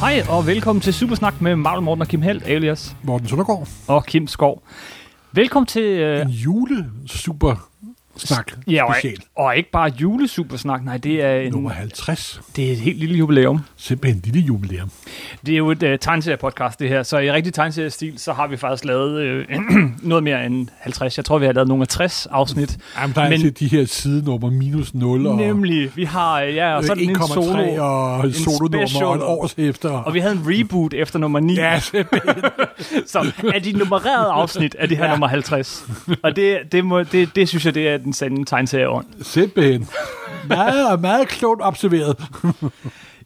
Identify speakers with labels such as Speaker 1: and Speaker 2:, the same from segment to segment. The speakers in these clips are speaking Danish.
Speaker 1: Hej og velkommen til Supersnak med Marvel Morten og Kim Helt, alias
Speaker 2: Morten Søndergaard.
Speaker 1: og Kim Skov. Velkommen til... Øh,
Speaker 2: En julesuper snak
Speaker 1: ja, og,
Speaker 2: special.
Speaker 1: og ikke bare julesupersnak, nej, det er, en,
Speaker 2: Nummer 50.
Speaker 1: det er et helt lille jubilæum.
Speaker 2: Simpelthen en lille jubilæum.
Speaker 1: Det er jo et øh, tegneseriepodcast, det her, så i rigtig tegneseriestil, så har vi faktisk lavet øh, noget mere end 50. Jeg tror, vi har lavet nogle af 60 afsnit.
Speaker 2: Jamen, der er
Speaker 1: Men-
Speaker 2: Men... altid de her sidenummer minus 0 og
Speaker 1: Nemlig, vi har øh, ja, og
Speaker 2: øh,
Speaker 1: sådan en
Speaker 2: 1,3
Speaker 1: solo, og...
Speaker 2: og
Speaker 1: en
Speaker 2: en solonummer og
Speaker 1: special.
Speaker 2: et års efter.
Speaker 1: og vi havde en reboot efter nummer 9.
Speaker 2: Ja, simpelthen.
Speaker 1: Så er de nummererede afsnit af det her ja. nummer 50. Og det, det, må, det, det synes jeg, det er den sande tegneserieånd.
Speaker 2: simpelthen. Meget, meget klogt observeret.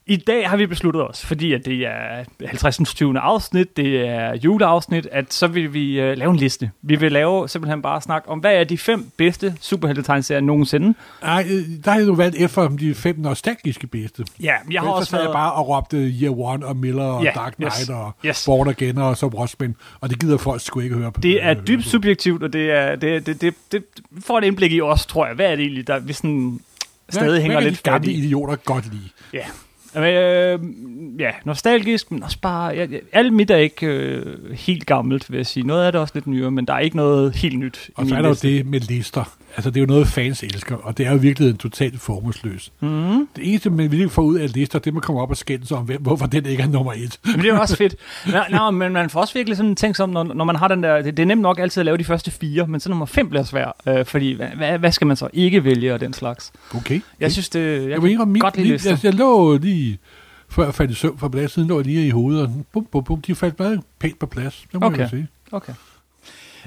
Speaker 1: I dag har vi besluttet os, fordi at det er 50. 20. afsnit, det er juleafsnit, at så vil vi øh, lave en liste. Vi vil lave simpelthen bare snak om, hvad er de fem bedste superheltetegnserier nogensinde?
Speaker 2: Ej, øh, der har jeg jo valgt efter de fem nostalgiske bedste.
Speaker 1: Ja, jeg har
Speaker 2: Ellers
Speaker 1: også
Speaker 2: sad jeg
Speaker 1: været...
Speaker 2: bare og råbte Year One og Miller og
Speaker 1: Ja,
Speaker 2: Dark
Speaker 1: yes,
Speaker 2: Knight og
Speaker 1: yes.
Speaker 2: Born Again og så Watchmen, og det gider folk sgu ikke høre på.
Speaker 1: Det er
Speaker 2: øh,
Speaker 1: dybt subjektivt, og det er det, det, det, det vi får et indblik i os, tror jeg. Hvad er det egentlig, der vi sådan stadig
Speaker 2: hvad,
Speaker 1: hænger
Speaker 2: hvad kan
Speaker 1: lidt
Speaker 2: de
Speaker 1: fat
Speaker 2: gamle
Speaker 1: i?
Speaker 2: idioter godt lide.
Speaker 1: Ja. Jamen, Øh, ja, nostalgisk, men også bare... Ja, ja, alt mit er ikke øh, helt gammelt, vil jeg sige. Noget af det er også lidt nyere, men der er ikke noget helt nyt. i
Speaker 2: Og så
Speaker 1: min
Speaker 2: er der jo
Speaker 1: liste.
Speaker 2: det med lister. Altså, det er jo noget, fans elsker, og det er jo virkelig en totalt formålsløs. Mm.
Speaker 1: Mm-hmm.
Speaker 2: Det eneste, man virkelig får ud af lister, det er, man kommer op og skændes om, hvem, hvorfor den ikke er nummer et.
Speaker 1: Men det er jo også fedt. Nå, nå, men man får også virkelig sådan tænkt som, når, når man har den der, det, det er nemt nok altid at lave de første fire, men så nummer fem bliver svær, øh, fordi hvad, hvad, hvad skal man så ikke vælge og den slags?
Speaker 2: Okay.
Speaker 1: Jeg synes, det, jeg
Speaker 2: jeg, jeg,
Speaker 1: kan
Speaker 2: indrømme,
Speaker 1: godt
Speaker 2: mit,
Speaker 1: lide
Speaker 2: mit,
Speaker 1: lister.
Speaker 2: jeg, jeg, lå lige, før jeg faldt i søvn for bladet siden, lå jeg lige i hovedet, og sådan, bum, bum, bum, de faldt meget pænt på plads. Det må
Speaker 1: Okay.
Speaker 2: okay. jeg sige.
Speaker 1: Okay.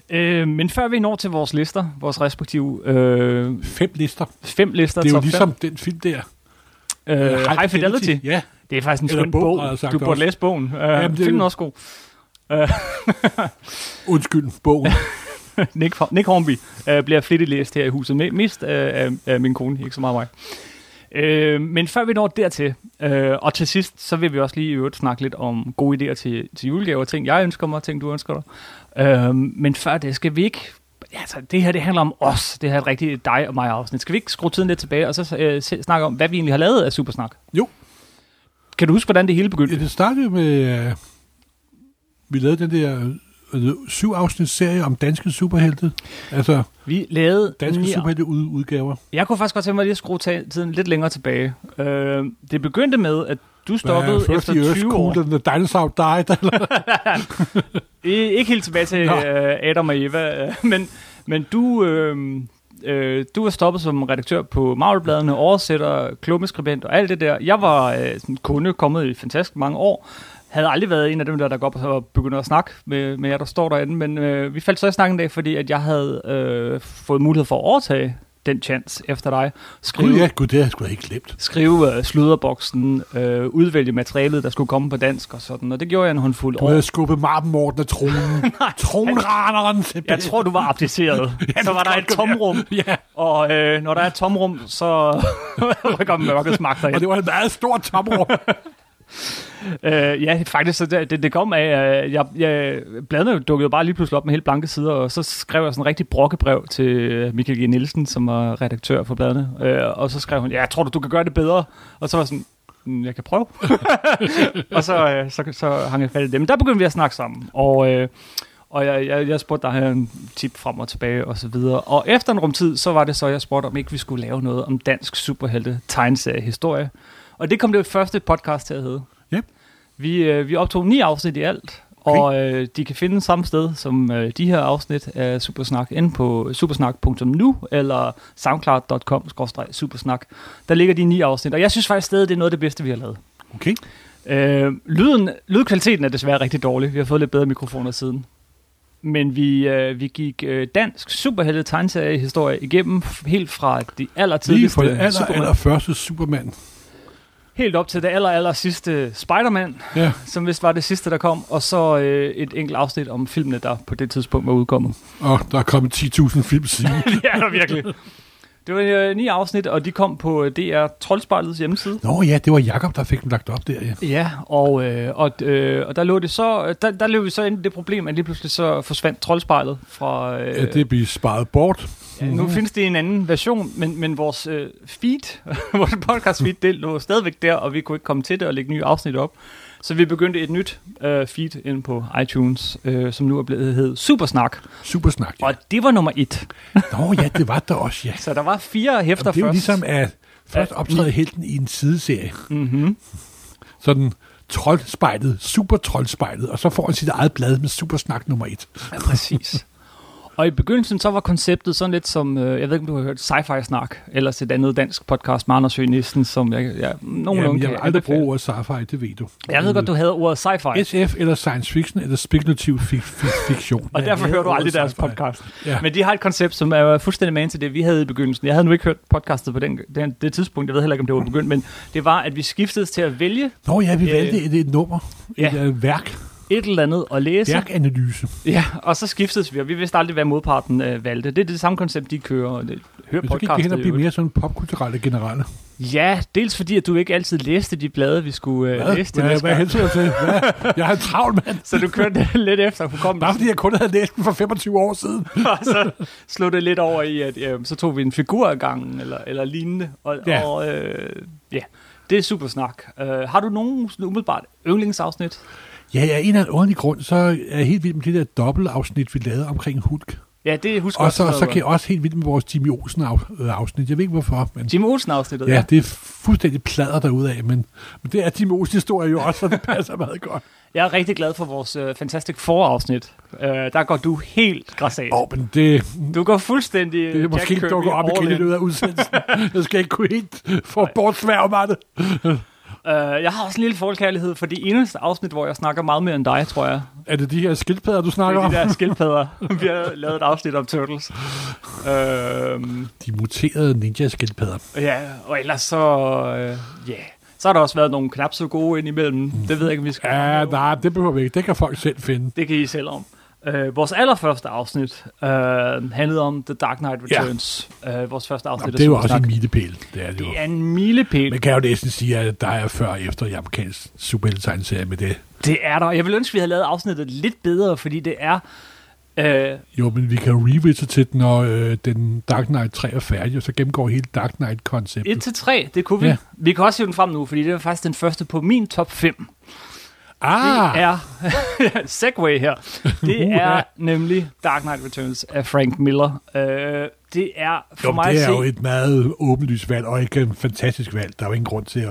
Speaker 1: Øh, men før vi når til vores lister, vores respektive øh,
Speaker 2: Fem lister.
Speaker 1: fem lister,
Speaker 2: Det er jo
Speaker 1: top
Speaker 2: ligesom den film der.
Speaker 1: fem, øh, High, Fidelity.
Speaker 2: Ja,
Speaker 1: Det er faktisk en
Speaker 2: Eller
Speaker 1: skøn
Speaker 2: bog,
Speaker 1: bog.
Speaker 2: har jeg sagt
Speaker 1: Du burde
Speaker 2: også.
Speaker 1: læse bogen. Øh,
Speaker 2: Jamen, det-
Speaker 1: Filmen er også god.
Speaker 2: undskyld, bogen.
Speaker 1: Nick, Nick Hornby øh, bliver flittigt læst her i huset. Me- Mest øh, af, af min kone, ikke så meget mig. Øh, men før vi når dertil, øh, og til sidst, så vil vi også lige i øvrigt snakke lidt om gode idéer til, til julegaver. Ting, jeg ønsker mig, ting, du ønsker dig. Øh, men før det, skal vi ikke... Altså, det her det handler om os. Det her er et rigtigt dig og mig afsnit. Skal vi ikke skrue tiden lidt tilbage, og så øh, se- snakke om, hvad vi egentlig har lavet af Supersnak?
Speaker 2: Jo.
Speaker 1: Kan du huske, hvordan det hele begyndte?
Speaker 2: Ja, det startede med, øh, vi lavede den der øh, syv afsnit serie om danske superhelte. Altså
Speaker 1: Vi lavede...
Speaker 2: danske
Speaker 1: ni-
Speaker 2: superhelte ud, udgaver.
Speaker 1: Jeg kunne faktisk godt tænke mig lige at skrue ta- tiden lidt længere tilbage. Øh, det begyndte med, at du stoppede
Speaker 2: Hvad er
Speaker 1: efter
Speaker 2: First the Earth
Speaker 1: 20 år.
Speaker 2: Cool and the Dinosaur Died. Eller?
Speaker 1: I, ikke helt tilbage til
Speaker 2: Nå.
Speaker 1: øh, Adam og Eva, øh, men, men du, øh, øh, du var stoppet som redaktør på Marvelbladene, oversætter, klummeskribent og alt det der. Jeg var øh, sådan kunde, kommet i fantastisk mange år. Havde aldrig været en af dem der, der går op og begynder at snakke med, med jer, der står derinde. Men øh, vi faldt så i snakken en dag, fordi at jeg havde øh, fået mulighed for at overtage den chance efter dig.
Speaker 2: Gud, ja, gud, det har jeg sgu da ikke glemt.
Speaker 1: skrive øh, sluderboksen, øh, udvælge materialet, der skulle komme på dansk og sådan, og det gjorde jeg en håndfuld
Speaker 2: Du
Speaker 1: år.
Speaker 2: havde skubbet Marben Morten af tronen. Tronraneren.
Speaker 1: Jeg tror, du var abdiceret. ja, så var der et tomrum,
Speaker 2: Ja,
Speaker 1: og øh, når der er et tomrum, så rykker mørkets magter
Speaker 2: og
Speaker 1: ind.
Speaker 2: det var et meget stort tomrum.
Speaker 1: Øh, ja, faktisk, så det, det, det kom af, øh, jeg, jeg, bladene dukkede bare lige pludselig op med helt blanke sider, og så skrev jeg sådan en rigtig brokkebrev til øh, Michael G. Nielsen, som var redaktør for bladene, øh, og så skrev hun, ja, tror du, du kan gøre det bedre? Og så var jeg sådan, "Mm, jeg kan prøve. og så, øh, så, så hang jeg fat i det. Men der begyndte vi at snakke sammen, og, øh, og jeg, jeg, jeg spurgte dig en tip frem og tilbage og så videre. Og efter en rumtid, så var det så, jeg spurgte, om ikke vi skulle lave noget om dansk superhelte tegneserie historie. Og det kom det første podcast til at hedde.
Speaker 2: Ja.
Speaker 1: Vi, øh, vi optog ni afsnit i alt, okay. og øh, de kan finde samme sted som øh, de her afsnit af Supersnak inde på supersnak.nu eller soundcloud.com-supersnak. Der ligger de ni afsnit, og jeg synes faktisk stadig, det er noget af det bedste, vi har lavet.
Speaker 2: Okay.
Speaker 1: Øh, lyden, lydkvaliteten er desværre rigtig dårlig. Vi har fået lidt bedre mikrofoner siden. Men vi, øh, vi gik øh, dansk superhelte tegneseriehistorie igennem f- helt fra de
Speaker 2: Lige
Speaker 1: allertidligste
Speaker 2: fra det aller,
Speaker 1: Superman,
Speaker 2: aller første Superman.
Speaker 1: helt op til det aller, aller sidste Spider-Man,
Speaker 2: Ja.
Speaker 1: som vist var det sidste, der kom, og så øh, et enkelt afsnit om filmene, der på det tidspunkt var udkommet.
Speaker 2: Og der er kommet 10.000 film siden.
Speaker 1: det er der virkelig. Det var øh, ni afsnit, og de kom på øh, DR Troldspejlets hjemmeside.
Speaker 2: Nå ja, det var Jakob der fik dem lagt op der. Ja.
Speaker 1: Ja, og, øh, og, øh, og der lå det så, der, der løb vi så ind i det problem, at lige pludselig så forsvandt troldspejlet fra... Øh,
Speaker 2: Ja, det Mhm. blev sparet bort.
Speaker 1: ja, nu findes det i en anden version, men, men vores øh, feed, vores podcast feed, det lå stadigvæk der, og vi kunne ikke komme til det og lægge nye afsnit op. Så vi begyndte et nyt øh, feed ind på iTunes, øh, som nu er blevet hed Supersnak.
Speaker 2: Supersnak. Ja.
Speaker 1: Og det var nummer et.
Speaker 2: Nå ja, det var der også, ja.
Speaker 1: Så der var fire hæfter
Speaker 2: Jamen, det er jo
Speaker 1: først.
Speaker 2: ligesom at først optræde helten i en sideserie.
Speaker 1: mm-hmm.
Speaker 2: Sådan troldspejlet, super troldspejlet, og så får han sit eget blad med supersnak nummer et.
Speaker 1: Ja, præcis. Og i begyndelsen så var konceptet sådan lidt som, øh, jeg ved ikke om du har hørt Sci-Fi Snak, eller et andet dansk podcast med Anders Høgh Nielsen, som jeg, jeg
Speaker 2: Jamen,
Speaker 1: nogenlunde
Speaker 2: jeg vil
Speaker 1: kan
Speaker 2: aldrig
Speaker 1: anbefale.
Speaker 2: bruge ordet sci-fi, det ved du.
Speaker 1: Jeg ved godt, du havde ordet sci-fi, yes,
Speaker 2: SF eller science fiction eller spekulativ fi- fi- fiktion.
Speaker 1: og
Speaker 2: Ja,
Speaker 1: derfor
Speaker 2: jeg
Speaker 1: hører du
Speaker 2: ordet
Speaker 1: aldrig deres
Speaker 2: sci-fi.
Speaker 1: podcast.
Speaker 2: Ja.
Speaker 1: Men de har et koncept, som er fuldstændig man til det, vi havde i begyndelsen. Jeg havde nu ikke hørt podcastet på den, den, det tidspunkt, jeg ved heller ikke, om det var begyndt, men det var, at vi skiftedes til at vælge
Speaker 2: Nå ja, vi
Speaker 1: Ja,
Speaker 2: valgte et, et nummer,
Speaker 1: Ja.
Speaker 2: et øh, værk,
Speaker 1: et eller andet at læse.
Speaker 2: værkanalyse.
Speaker 1: Ja, og så skiftedes vi, og vi vidste aldrig, hvad modparten øh, valgte. Det er det samme koncept, de kører, og det hører
Speaker 2: Men så gik det hen
Speaker 1: podcastet
Speaker 2: og
Speaker 1: jo
Speaker 2: blive mere sådan popkulturelle generelle.
Speaker 1: Ja, dels fordi, at du ikke altid læste de blade, vi skulle øh, læse til
Speaker 2: Hvad,
Speaker 1: næste
Speaker 2: hvad
Speaker 1: gang.
Speaker 2: hensyn til? Hvad? Jeg har travlt, mand.
Speaker 1: Så du kørte lidt efter
Speaker 2: Bare
Speaker 1: hukommelsen,
Speaker 2: fordi jeg kun havde læst den for 25 år siden.
Speaker 1: og så slog det lidt over i, at øh, så tog vi en figur af gangen, eller, eller lignende. Og,
Speaker 2: Ja.
Speaker 1: og øh, ja, det er super snak. Øh, har du nogen sådan umiddelbart yndlingsafsnit?
Speaker 2: Ja, ja, en af en ordentlig grund, så er jeg helt vild med det der dobbeltafsnit, vi lavede omkring Hulk.
Speaker 1: Ja, det husker jeg
Speaker 2: Og så,
Speaker 1: også.
Speaker 2: så kan jeg også helt vild med vores Jimmy Olsen af- øh, afsnit. Jeg ved ikke hvorfor, men
Speaker 1: Jim Olsen-afsnittet,
Speaker 2: ja, det er fuldstændig plader derudad, men, men det er Jimmy Olsen historie jo også, og det passer meget godt.
Speaker 1: Jeg er rigtig glad for vores øh, Fantastic Four-afsnit. Øh, der går du helt græsat.
Speaker 2: Åh, men det,
Speaker 1: Du går fuldstændig
Speaker 2: det er måske
Speaker 1: Jack
Speaker 2: ikke
Speaker 1: Kirby
Speaker 2: dukker op
Speaker 1: all
Speaker 2: igen i
Speaker 1: in.
Speaker 2: løbet af udsendelsen. Jeg skal ikke kunne helt få bortsværge mig det.
Speaker 1: Øh, jeg har også en lille forkærlighed for det eneste afsnit, hvor jeg snakker meget mere end dig, tror jeg.
Speaker 2: Er det de her skildpadder, du
Speaker 1: Det
Speaker 2: snakker
Speaker 1: er
Speaker 2: om?
Speaker 1: de der skildpadder. Vi har lavet et afsnit om Turtles. Øhm,
Speaker 2: De muterede ninja-skildpadder.
Speaker 1: ja, og ellers så... øh, Ja, så har der også været nogle knap så gode indimellem. Det ved jeg ikke, om vi skal...
Speaker 2: Ja, nej, det behøver vi ikke. Det kan folk selv finde.
Speaker 1: Det kan I selv om. Øh, vores allerførste afsnit øh, handlede om The Dark Knight
Speaker 2: Ja.
Speaker 1: Returns. Øh, vores første afsnit
Speaker 2: Jamen, det er jo også
Speaker 1: Supersnak.
Speaker 2: en milepæl. Det er det jo.
Speaker 1: Det er en milepæl.
Speaker 2: Man kan jo næsten sige, at der er før og efter i amerikansk superhelte med det.
Speaker 1: Det er der. Jeg ville ønske, vi havde lavet afsnittet lidt bedre, fordi det er... Øh,
Speaker 2: Jo, men vi kan jo revisit til den, når øh, den Dark Knight 3 er færdig, og så gennemgår hele Dark Knight-konceptet.
Speaker 1: 1-3, det kunne vi.
Speaker 2: Ja.
Speaker 1: Vi kan også hive den frem nu, fordi det er faktisk den første på min top 5.
Speaker 2: Ah,
Speaker 1: er segway her. Det
Speaker 2: Uha.
Speaker 1: er nemlig Dark Knight Returns af Frank Miller. Øh, det er for
Speaker 2: jo,
Speaker 1: mig
Speaker 2: det
Speaker 1: at
Speaker 2: er
Speaker 1: se...
Speaker 2: jo et meget åbenlyst valg, og ikke en fantastisk valg. Der er jo ingen grund til at...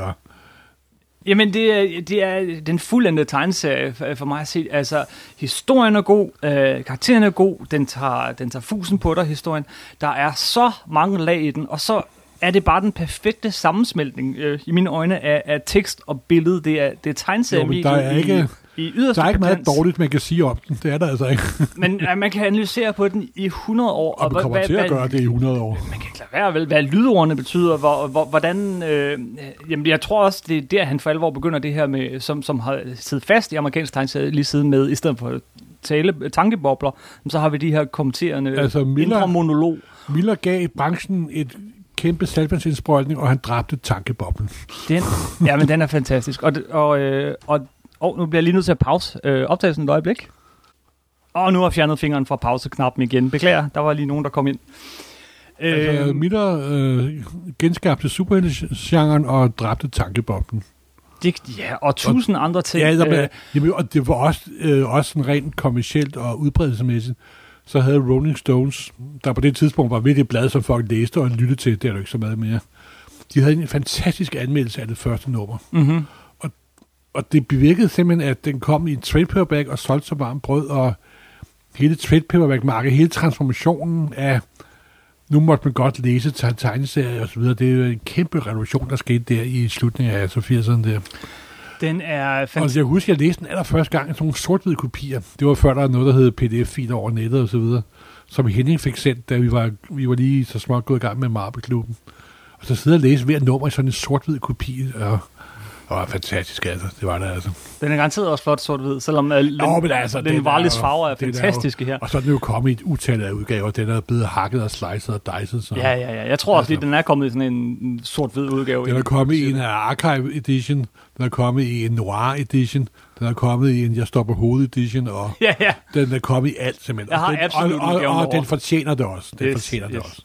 Speaker 1: Jamen, det er, det er den fuldendte tegneserie for for mig at se. Altså, historien er god, øh, karakteren er god, den tager, den tager fusen på dig, historien. Der er så mange lag i den, og så er det bare den perfekte sammensmeltning, øh, i mine øjne, af, af tekst og billede. Det er, det er
Speaker 2: Jo, men
Speaker 1: tegneserien
Speaker 2: der er ikke-
Speaker 1: i, i yderste
Speaker 2: Der er ikke meget
Speaker 1: potens.
Speaker 2: dårligt, man kan sige om den. Det er der altså ikke.
Speaker 1: Men øh, man kan analysere på den i 100 år.
Speaker 2: Og man
Speaker 1: hvad-
Speaker 2: kommer
Speaker 1: hvad-
Speaker 2: til at
Speaker 1: hvad-
Speaker 2: gøre det i 100 år.
Speaker 1: Man kan ikke lade være, vel, hvad lydordene betyder, hvor, hvor, hvordan... Øh, jamen, jeg tror også, det er der, han for alvor begynder det her med, som, som har siddet fast i amerikansk tegneserie lige siden med, i stedet for tale, øh, tankebobler, så har vi de her kommenterende
Speaker 2: Altså,
Speaker 1: altså,
Speaker 2: Miller-
Speaker 1: indre monolog.
Speaker 2: Miller gav branchen et kæmpe salgbandsindsprøjtning, og han dræbte tankeboblen.
Speaker 1: Den, ja, men den er fantastisk. Og, det- og, øh, og, og nu bliver jeg lige nødt til at pause øh, optagelsen et øjeblik. Og nu har jeg fjernet fingeren fra pauseknappen igen. Beklager, der var lige nogen, der kom ind.
Speaker 2: Altså,
Speaker 1: Øhm,
Speaker 2: Miller øh, genskabte superheltegenren og dræbte tankeboblen.
Speaker 1: Det, ja, og tusind andre ting.
Speaker 2: Ja, der blev,
Speaker 1: Øh,
Speaker 2: jamen, og det var også, øh, også sådan rent kommercielt og udbredelsesmæssigt. Så havde Rolling Stones, der på det tidspunkt var virkelig et blad, som folk læste og lyttede til, det er der jo ikke så meget mere. De havde en fantastisk anmeldelse af det første nummer.
Speaker 1: mhm.
Speaker 2: Og det bevirkede simpelthen, at den kom i en trade paperback og solgte så varmt brød, og hele trade paperback-markedet, hele transformationen af, nu måtte man godt læse te- tegneserier og så videre. Det er jo en kæmpe revolution, der skete der i slutningen af 80'erne der.
Speaker 1: Den er
Speaker 2: Og
Speaker 1: fantastisk.
Speaker 2: Altså, jeg husker, jeg læste den allerførste gang i sådan nogle sort kopier. Det var før, der var noget, der hed pdf-filer over nettet og så videre, som Henning fik sendt, da vi var, vi var lige så småt gået i gang med Marbeklubben. Og så sidde og læse hver nummer i sådan en sort-hvid kopi, og, og fantastisk altså, det var det altså.
Speaker 1: Den er garanteret også flot sort-hvid, selvom uh,
Speaker 2: Nå,
Speaker 1: Len,
Speaker 2: men altså, den er
Speaker 1: den Varlis
Speaker 2: jo-
Speaker 1: farver er
Speaker 2: den er jo-
Speaker 1: fantastiske her.
Speaker 2: Og så er den jo kommet i et utal af udgaver, den er blevet hakket og slicet og dicet, så
Speaker 1: Ja, ja, ja. Jeg tror også,
Speaker 2: Altså.
Speaker 1: at den er kommet i sådan en en sort-hvid udgave.
Speaker 2: Den er kommet i en Archive Edition, den er kommet i en Noir Edition, den er kommet i en Jeg stopper hovedet Edition, og
Speaker 1: Ja, ja.
Speaker 2: Den er kommet i alt, simpelthen.
Speaker 1: Jeg har
Speaker 2: og den,
Speaker 1: absolut
Speaker 2: og, og,
Speaker 1: udgaven
Speaker 2: og,
Speaker 1: over.
Speaker 2: den fortjener det også. Den
Speaker 1: Yes,
Speaker 2: fortjener det
Speaker 1: yes.
Speaker 2: også.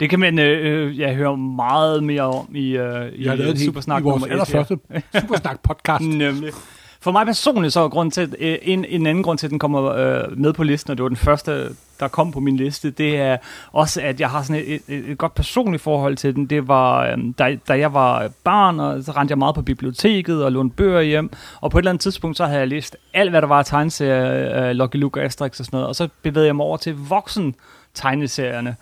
Speaker 1: Det kan man øh, øh, jeg hører meget mere om i, øh, i
Speaker 2: Jeg har
Speaker 1: øh,
Speaker 2: lavet en helt, i
Speaker 1: Supersnak
Speaker 2: vores
Speaker 1: nummer et her.
Speaker 2: allerførste Supersnak-podcast.
Speaker 1: Nemlig. For mig personligt så er grund til, øh, en, en anden grund til, at den kommer øh, med på listen, og det var den første, der kom på min liste, det er også, at jeg har sådan et, et, et godt personligt forhold til den. Det var, øh, da, da jeg var barn, og så rendte jeg meget på biblioteket og lånte bøger hjem, og på et eller andet tidspunkt, så havde jeg læst alt, hvad der var af tegneserier, øh, Lucky Luke, Asterix og sådan noget, og så bevægede jeg mig over til voksen tegneserierne,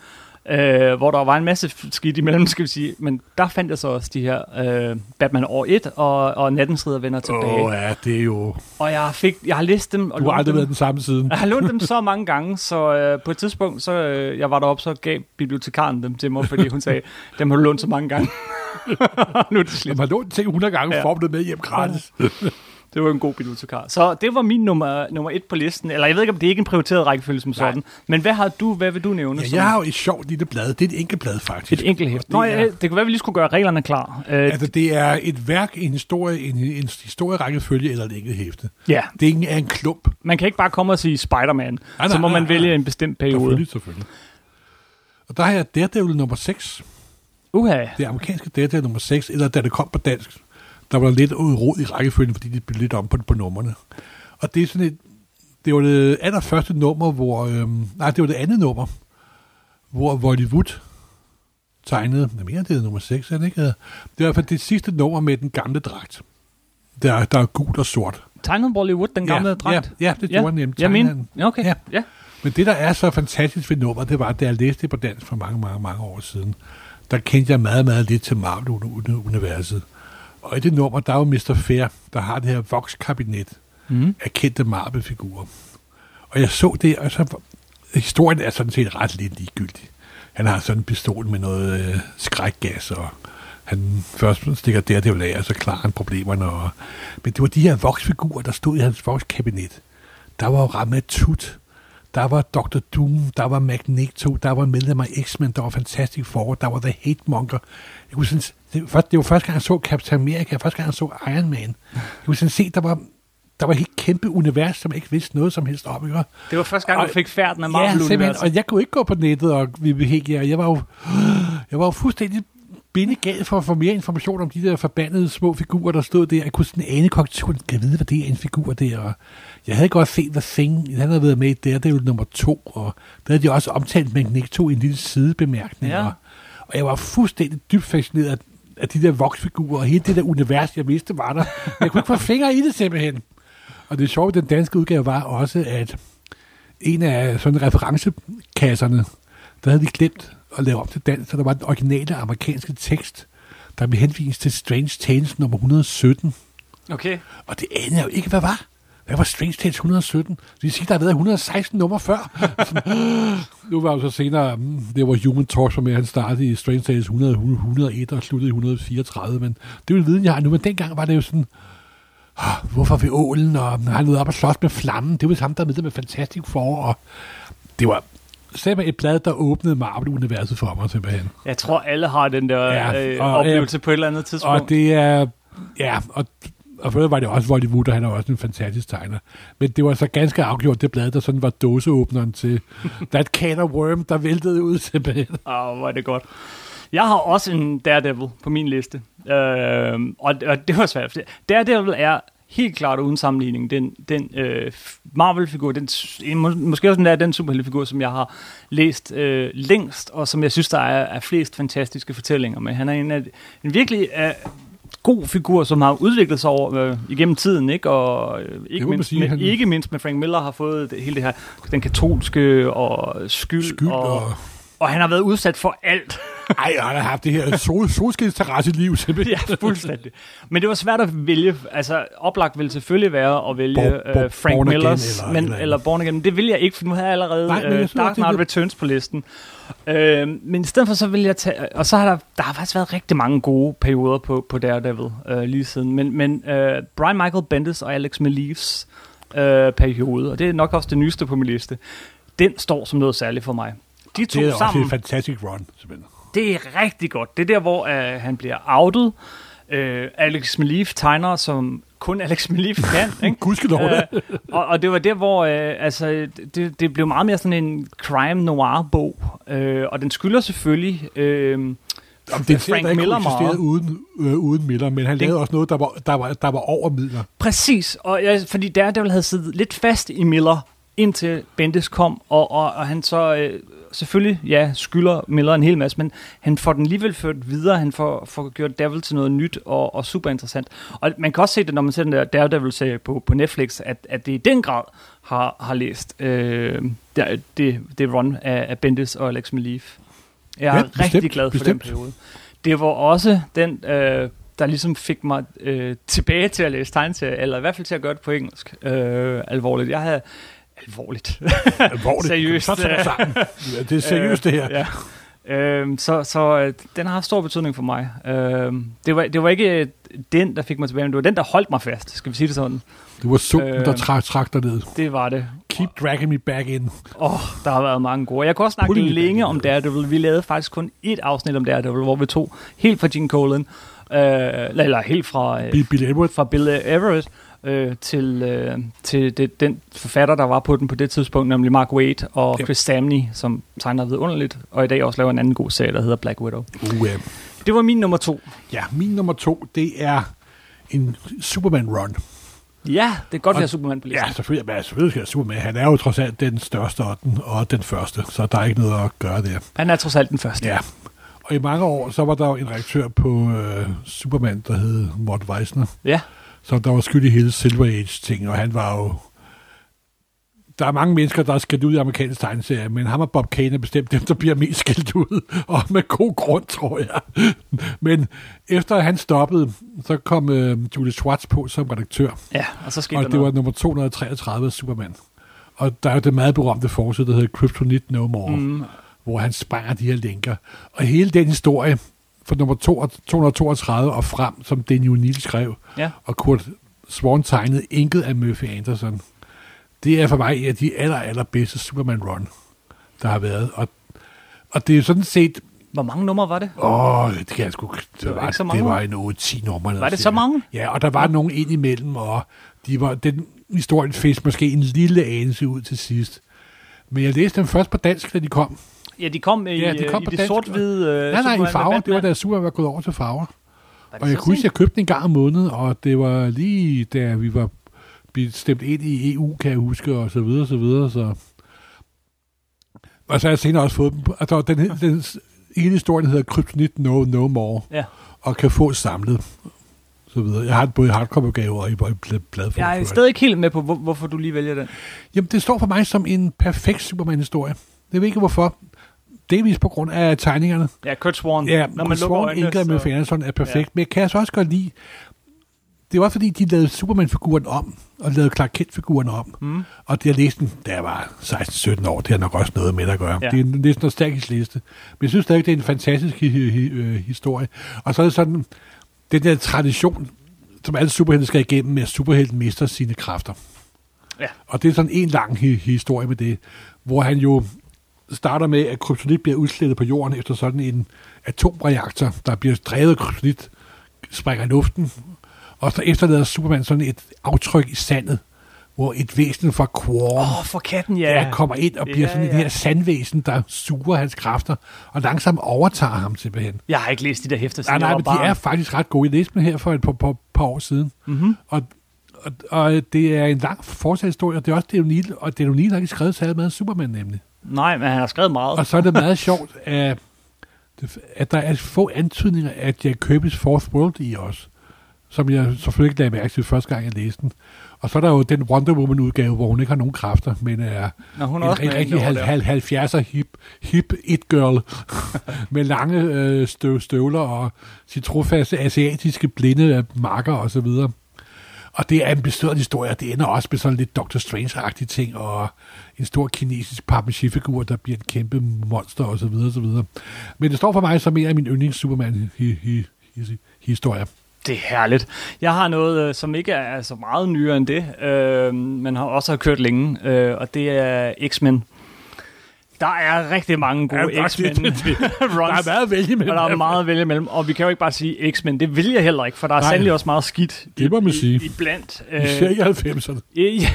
Speaker 1: øh, hvor der var en masse skidt imellem, skal vi sige. Men der fandt jeg så også de her øh, Batman år 1 og, og Nattens Ridder vender tilbage.
Speaker 2: Åh,
Speaker 1: Oh,
Speaker 2: oh, ja, det er jo...
Speaker 1: Og jeg, fik, jeg har læst dem. Og
Speaker 2: Du har
Speaker 1: lånt
Speaker 2: aldrig
Speaker 1: dem.
Speaker 2: været den samme siden.
Speaker 1: Jeg har lånt dem så mange gange, så øh, på et tidspunkt, så øh, jeg var deroppe, så gav bibliotekaren dem til mig, fordi hun sagde, dem har du lånt så mange gange. nu er det slet.
Speaker 2: Jeg har lånt ting 100 gange
Speaker 1: Ja.
Speaker 2: ja. det med hjem gratis.
Speaker 1: Det var en god bibliotekar. Så det var min nummer, nummer et på listen. Eller jeg ved ikke, om det er ikke en prioriteret rækkefølge som
Speaker 2: Nej.
Speaker 1: sådan. Men hvad har du, hvad vil du nævne?
Speaker 2: Ja,
Speaker 1: som-
Speaker 2: jeg har jo et sjovt lille blad. Det er et enkelt blad, faktisk.
Speaker 1: Et enkelt hæft.
Speaker 2: Og
Speaker 1: Nå,
Speaker 2: det
Speaker 1: ja,
Speaker 2: er-
Speaker 1: det kunne være, vi lige skulle gøre reglerne klar. Øh,
Speaker 2: Altså, det er et værk, en historie, en, en historierækkefølge eller et enkelt hæfte.
Speaker 1: ja,
Speaker 2: Det er ikke- er en klump.
Speaker 1: man kan ikke bare komme og sige Spider-Man.
Speaker 2: nej,
Speaker 1: så må
Speaker 2: nej,
Speaker 1: man
Speaker 2: nej.
Speaker 1: vælge en bestemt periode.
Speaker 2: Selvfølgelig, selvfølgelig. Og der har jeg Daredevil nummer 6.
Speaker 1: Uha,
Speaker 2: Det amerikanske Daredevil nummer 6, eller da det kom på dansk, der var der lidt rod i rækkefølgen, fordi det blev lidt om på, på numrene. Og det er sådan et, det var det allerførste nummer, hvor, øhm, nej, det var det andet nummer, hvor Hollywood tegnede, jeg mener, det er nummer 6, er det ikke? Det er i hvert fald det sidste nummer med den gamle dragt. Der, der er gul og sort.
Speaker 1: tegnede Wally Wood, den gamle
Speaker 2: ja,
Speaker 1: dragt.
Speaker 2: Ja, ja, det gjorde han nemlig.
Speaker 1: Jeg
Speaker 2: Tegnede
Speaker 1: mener,
Speaker 2: han.
Speaker 1: ja, okay. Ja.
Speaker 2: Ja.
Speaker 1: ja.
Speaker 2: Men det, der er så fantastisk ved nummeret, det var, at da jeg læste det på dansk for mange, mange, mange år siden, der kendte jeg meget, meget lidt til Marvel-universet. Og i det nummer, der er jo Mr. Fair, der har det her vokskabinet
Speaker 1: Mm.
Speaker 2: af kendte Marvel-figurer. Og jeg så det, og så historien er sådan set ret lidt ligegyldig. Han har sådan en pistol med noget øh, skrækgas, og han først stikker der det af, og så klarer han problemerne. Og... Men det var de her voksfigurer, der stod i hans vokskabinet. Der var jo Ramatut, der var Dr. Doom, der var Magneto, der var medlem af X-Men, der var Fantastic Four, der var The Hate Monger. Jeg kunne sådan, det, var først, det var første gang, jeg så Captain America, første gang, jeg så Iron Man. Jeg kunne sådan se, der var, der var et helt kæmpe univers, som jeg ikke vidste noget som helst om. Ikke? Og-
Speaker 1: Det var første gang, du
Speaker 2: Og-
Speaker 1: fik færden af
Speaker 2: Ja, simpelthen.
Speaker 1: Marvel-universet.
Speaker 2: Og jeg kunne ikke gå på nettet og VPG, og jeg var jo, jeg var jo fuldstændig bindegal for at få mere information om de der forbandede små figurer, der stod der. Jeg kunne sådan ane konjunkturen, kan jeg vide, hvad det er en figur der. Og jeg havde godt set, hvad Thing, han havde været med i Daredevil nummer to, og der havde de også omtalt Magneto i en lille sidebemærkning.
Speaker 1: Ja.
Speaker 2: Ja. Og, og jeg var fuldstændig dybt fascineret af, af de der voksfigurer, og hele det der univers, jeg vidste var der. Men jeg kunne ikke få fingre i det simpelthen. Og det sjove ved den danske udgave var også, at en af sådan referencekasserne, der havde de glemt at lave om til dansk, så der var den originale amerikanske tekst, der blev henvist til Strange Tales nummer 117.
Speaker 1: Okay.
Speaker 2: Og det anede jeg jo ikke, hvad var. Hvad var Strange Tales 117? Det vil sige, der har været 116 nummer før. Sådan, nu var jo så senere, mm, det var Human Torch, som han startede i Strange Tales 100, 101 og sluttede i 134, men det er jo en viden, jeg har nu, men dengang var det jo sådan, "Ah, hvorfor ved ålen, og han er nået op og slås med flammen, det var ham, der er med det med Fantastic Four, og det var simpelthen et blad, der åbnede Marvel-universet for mig simpelthen.
Speaker 1: Jeg tror, alle har den der
Speaker 2: Ja,
Speaker 1: øh,
Speaker 2: og,
Speaker 1: oplevelse på et eller andet tidspunkt.
Speaker 2: Og det er, ja, og, og for var det også Wally Wood, og han er også en fantastisk tegner. Men det var så ganske afgjort det blad, der sådan var dåseåbneren til that can of worm, der væltede ud til banen.
Speaker 1: Åh, hvor er det godt. Jeg har også en Daredevil på min liste, øh, og, og det var svært. fordi Daredevil er helt klart uden sammenligning den, den øh, f- Marvel-figur, den, s- en- må- måske også den, der, den superheltefigur, som jeg har læst øh, længst, og som jeg synes, der er, er flest fantastiske fortællinger med. Han er en, af, de- en virkelig øh, god figur, som har udviklet sig over, øh, igennem tiden, ikke? og øh, ikke,
Speaker 2: må man
Speaker 1: mindst,
Speaker 2: sige,
Speaker 1: med,
Speaker 2: han-
Speaker 1: ikke mindst med Frank Miller har fået det, hele det her, den katolske og skyld,
Speaker 2: Skyld og...
Speaker 1: og han har været udsat for alt.
Speaker 2: Ej, og han har haft det her sol, solskinsterrasseliv simpelthen.
Speaker 1: ja, fuldstændig. Men det var svært at vælge. Altså, oplagt ville selvfølgelig være at vælge
Speaker 2: Bo- bo-
Speaker 1: øh, Frank
Speaker 2: Born Again
Speaker 1: Millers
Speaker 2: eller et
Speaker 1: men,
Speaker 2: eller
Speaker 1: eller,
Speaker 2: andet.
Speaker 1: Born Again. Men Det vil jeg ikke, for nu har jeg allerede
Speaker 2: Nej,
Speaker 1: Nej,
Speaker 2: men jeg
Speaker 1: øh,
Speaker 2: synes
Speaker 1: Dark
Speaker 2: også, det
Speaker 1: Knight
Speaker 2: er-
Speaker 1: Returns på listen. Øh, men i stedet for, så vil jeg tage... Og så har der, der har faktisk været rigtig mange gode perioder på, på Daredevil øh, lige siden. Men, men øh, Brian Michael Bendis og Alex Maleevs øh, periode, og det er nok også det nyeste på min liste, den står som noget særligt for mig. De to
Speaker 2: Det er også
Speaker 1: sammen,
Speaker 2: et fantastic run, simpelthen.
Speaker 1: det er rigtig godt. Det er der, hvor øh, han bliver outet. Øh, Alex Malief tegner, som kun Alex Malief kan. Ikke?
Speaker 2: Gudskelov da.
Speaker 1: Øh, og, og det var der, hvor øh, altså, det, det blev meget mere sådan en crime noir-bog. Øh, og den skylder selvfølgelig øh,
Speaker 2: Om det er Frank
Speaker 1: Frank
Speaker 2: der ikke
Speaker 1: Miller
Speaker 2: kunne eksistere
Speaker 1: meget.
Speaker 2: uden, øh, uden Miller, men han
Speaker 1: Det-
Speaker 2: lavede også noget, der var, der var, der var over midler.
Speaker 1: Præcis, og jeg, fordi Daredevil havde siddet lidt fast i Miller, indtil Bendis kom, og, og, og han så øh, selvfølgelig, ja, skylder Miller en hel masse, men han får den alligevel ført videre, han får, får gjort Devil til noget nyt og, og super interessant. Og man kan også se det, når man ser den der Daredevil-serie på, på Netflix, at, at det i den grad har, har læst øh, der- det, det run af, af Bendis og Alex Malief. Jeg er
Speaker 2: Ja,
Speaker 1: ja,
Speaker 2: bestemt,
Speaker 1: rigtig glad for
Speaker 2: bestemt.
Speaker 1: den periode. Det var også den, øh, der ligesom fik mig øh, tilbage til at læse tegneserier, eller i hvert fald til at gøre det på engelsk. Øh, alvorligt. Jeg havde... Alvorligt.
Speaker 2: Alvorligt.
Speaker 1: Seriøst. Øh,
Speaker 2: Så tager sammen. Ja, Det er seriøst, det her.
Speaker 1: ja. Øhm, så så øh, den har haft stor betydning for mig. Øhm, det, var, det var ikke øh, den, der fik mig tilbage, men det var den, der holdt mig fast, skal vi sige det sådan.
Speaker 2: Det var sumpen, der
Speaker 1: Øh.
Speaker 2: trak, trak dig ned.
Speaker 1: Det var det.
Speaker 2: Keep dragging me back in.
Speaker 1: Åh, oh, der har været mange gode. Jeg kunne også snakke
Speaker 2: Pulling i
Speaker 1: længe
Speaker 2: banen.
Speaker 1: om Daredevil. Vi lavede faktisk kun et afsnit om Daredevil, hvor vi tog helt fra Gene Colan, øh, eller, eller helt fra, øh,
Speaker 2: Bill, Bill Edwards.
Speaker 1: fra Bill Everett øh, til, øh, til det, den forfatter, der var på den på det tidspunkt, nemlig Mark Waid og
Speaker 2: Ja.
Speaker 1: Chris Samney, som tegner vidunderligt, og i dag også laver en anden god serie, der hedder Black Widow.
Speaker 2: Uh, øh.
Speaker 1: Det var min nummer to.
Speaker 2: ja, min nummer to, det er en Superman-run.
Speaker 1: Ja, det er godt,
Speaker 2: Og-
Speaker 1: vi har Superman på listen.
Speaker 2: Ja, Altså, selvfølgelig, men selvfølgelig skal jeg Superman. Han er jo trods alt den største og den, og den første, så der er ikke noget at gøre der.
Speaker 1: Han er trods alt den første.
Speaker 2: Ja. Og i mange år, så var der jo en redaktør på øh, Superman, der hed Mort Weisner,
Speaker 1: ja.
Speaker 2: som der var skyld i hele Silver Age-ting, og han var jo... Der er mange mennesker, der er skældt ud i amerikansk tegneserie, men ham og Bob Kane er bestemt dem, der bliver mest skældt ud, og med god grund, tror jeg. Men efter han stoppede, så kom øh, Julie Schwartz på som redaktør,
Speaker 1: ja og så skete
Speaker 2: og
Speaker 1: der
Speaker 2: det var
Speaker 1: noget.
Speaker 2: nummer 233 af Superman. Og der er jo det meget berømte forside, der hedder Kryptonite No More, mm. hvor han sparer de her lænker. Og hele den historie fra nummer 2 232 og frem, som Daniel Neal skrev,
Speaker 1: Ja.
Speaker 2: og Kurt Swan tegnede, inket af Murphy Anderson, det er for mig en af de aller, allerbedste Superman-run, der har været. Og, og det er jo sådan set...
Speaker 1: Hvor mange numre var det?
Speaker 2: Åh, det kan jeg sgu... Det, det
Speaker 1: var
Speaker 2: var,
Speaker 1: ikke så
Speaker 2: det
Speaker 1: mange.
Speaker 2: var en 8-10 nummer. eller
Speaker 1: Var det så
Speaker 2: cirka.
Speaker 1: mange?
Speaker 2: Ja, og der var nogen ind imellem, og de var, den historien fæs måske en lille anelse ud til sidst. Men jeg læste dem først på dansk, da de kom.
Speaker 1: Ja, de kom i,
Speaker 2: Ja,
Speaker 1: ja,
Speaker 2: de
Speaker 1: de
Speaker 2: kom
Speaker 1: i
Speaker 2: på
Speaker 1: det
Speaker 2: dansk.
Speaker 1: sort-hvide... øh,
Speaker 2: nej, nej,
Speaker 1: Superman
Speaker 2: i
Speaker 1: med
Speaker 2: farver. Det
Speaker 1: Batman.
Speaker 2: var da Superman var gået over til farver.
Speaker 1: Var det
Speaker 2: Og jeg
Speaker 1: så
Speaker 2: kunne huske,
Speaker 1: sent?
Speaker 2: jeg købte den en gang om måneden, og det var lige da vi var blevet stemt ind i EU, kan jeg huske, og så videre, så videre. Så. Og så har jeg senere også fået dem. på- Altså, den, den hele historien hedder Kryptonite No, no More,
Speaker 1: Ja.
Speaker 2: og kan fås samlet. Så videre. Jeg har den både i hardcover-gave og i blad for.
Speaker 1: Jeg er stadig ikke helt med på, hvor, hvorfor du lige vælger den.
Speaker 2: Jamen, det står for mig som en perfekt Superman-historie. Jeg ved ikke, hvorfor. Delvis på grund af tegningerne.
Speaker 1: Ja, Kurt Swan.
Speaker 2: Ja, når man lukker øjnene, Ingrid med Anderson er perfekt, ja. men jeg kan altså også godt lide, det var fordi, de lavede Superman-figuren om, og lavede Clark Kent-figuren om. Mm. Og det jeg læste den, da jeg var 16-17 år, det har nok også noget med at gøre. Ja.
Speaker 1: Ja.
Speaker 2: Det er en næsten nostalgisk liste. Men jeg synes stadig, det er en fantastisk hi- hi- øh, historie. Og så er det sådan, den der tradition, som alle superhelte skal igennem, med at superhelten mister sine kræfter.
Speaker 1: Ja.
Speaker 2: Og det er sådan en lang hi- historie med det, hvor han jo starter med, at kryptonit bliver udslettet på jorden efter sådan en atomreaktor, der bliver drevet af kryptonit, springer i luften, og så efterlader Superman sådan et aftryk i sandet, hvor et væsen fra Quorum
Speaker 1: Åh, oh, for katten, ja.
Speaker 2: ja. kommer ind og bliver ja,
Speaker 1: Ja,
Speaker 2: sådan et
Speaker 1: ja.
Speaker 2: her sandvæsen, der suger hans kræfter, og langsomt overtager ham simpelthen.
Speaker 1: Jeg har ikke læst de der hæfter, siden
Speaker 2: Nej, nej,
Speaker 1: jeg
Speaker 2: men
Speaker 1: var
Speaker 2: de er
Speaker 1: barn.
Speaker 2: faktisk ret gode. Jeg læste dem her for et par, par, par år siden. Mm-hmm. Og, og, og, det er en lang forsatshistorie, og det er også Daniel Neal, og Daniel Neal har ikke skrevet særlig meget om Superman nemlig.
Speaker 1: Nej, men han har skrevet meget.
Speaker 2: Og så er det meget sjovt, at, at der er få antydninger af Jack Kirby's Fourth World i os, som jeg selvfølgelig ikke lagde mærke til første gang, jeg læste den. Og så er der jo den Wonder Woman-udgave, hvor hun ikke har nogen kræfter, men er
Speaker 1: Nå, hun er
Speaker 2: en
Speaker 1: også med
Speaker 2: rigtig, rigtig
Speaker 1: inde over
Speaker 2: hal-
Speaker 1: der.
Speaker 2: hal- 70'er hip, hip it-girl med lange øh, støv, støvler og sit trofaste asiatiske blinde øh, marker og så videre. Og det er en bestørt historie, og det ender også med sådan lidt Dr. Strange-agtige ting, og en stor kinesisk papmaché-figur, der bliver en kæmpe monster, og så videre, og så videre. Men det står for mig som en af mine yndlings Superman-historier.
Speaker 1: Det er herligt. Jeg har noget, øh, som ikke er så meget nyere end det, øh, men har også har kørt længe, øh, og det er X-Men. Der er rigtig mange gode
Speaker 2: Ja,
Speaker 1: X-Men.
Speaker 2: det- det- det- Der er
Speaker 1: runs,
Speaker 2: meget at vælge med.
Speaker 1: og der er meget at vælge imellem, og vi kan jo ikke bare sige X-Men. Det vil jeg heller ikke, for der er
Speaker 2: Nej.
Speaker 1: sandelig også meget skidt
Speaker 2: Det må man
Speaker 1: øh, i,
Speaker 2: sige.
Speaker 1: iblandt.
Speaker 2: Især i 90'erne.
Speaker 1: Ja,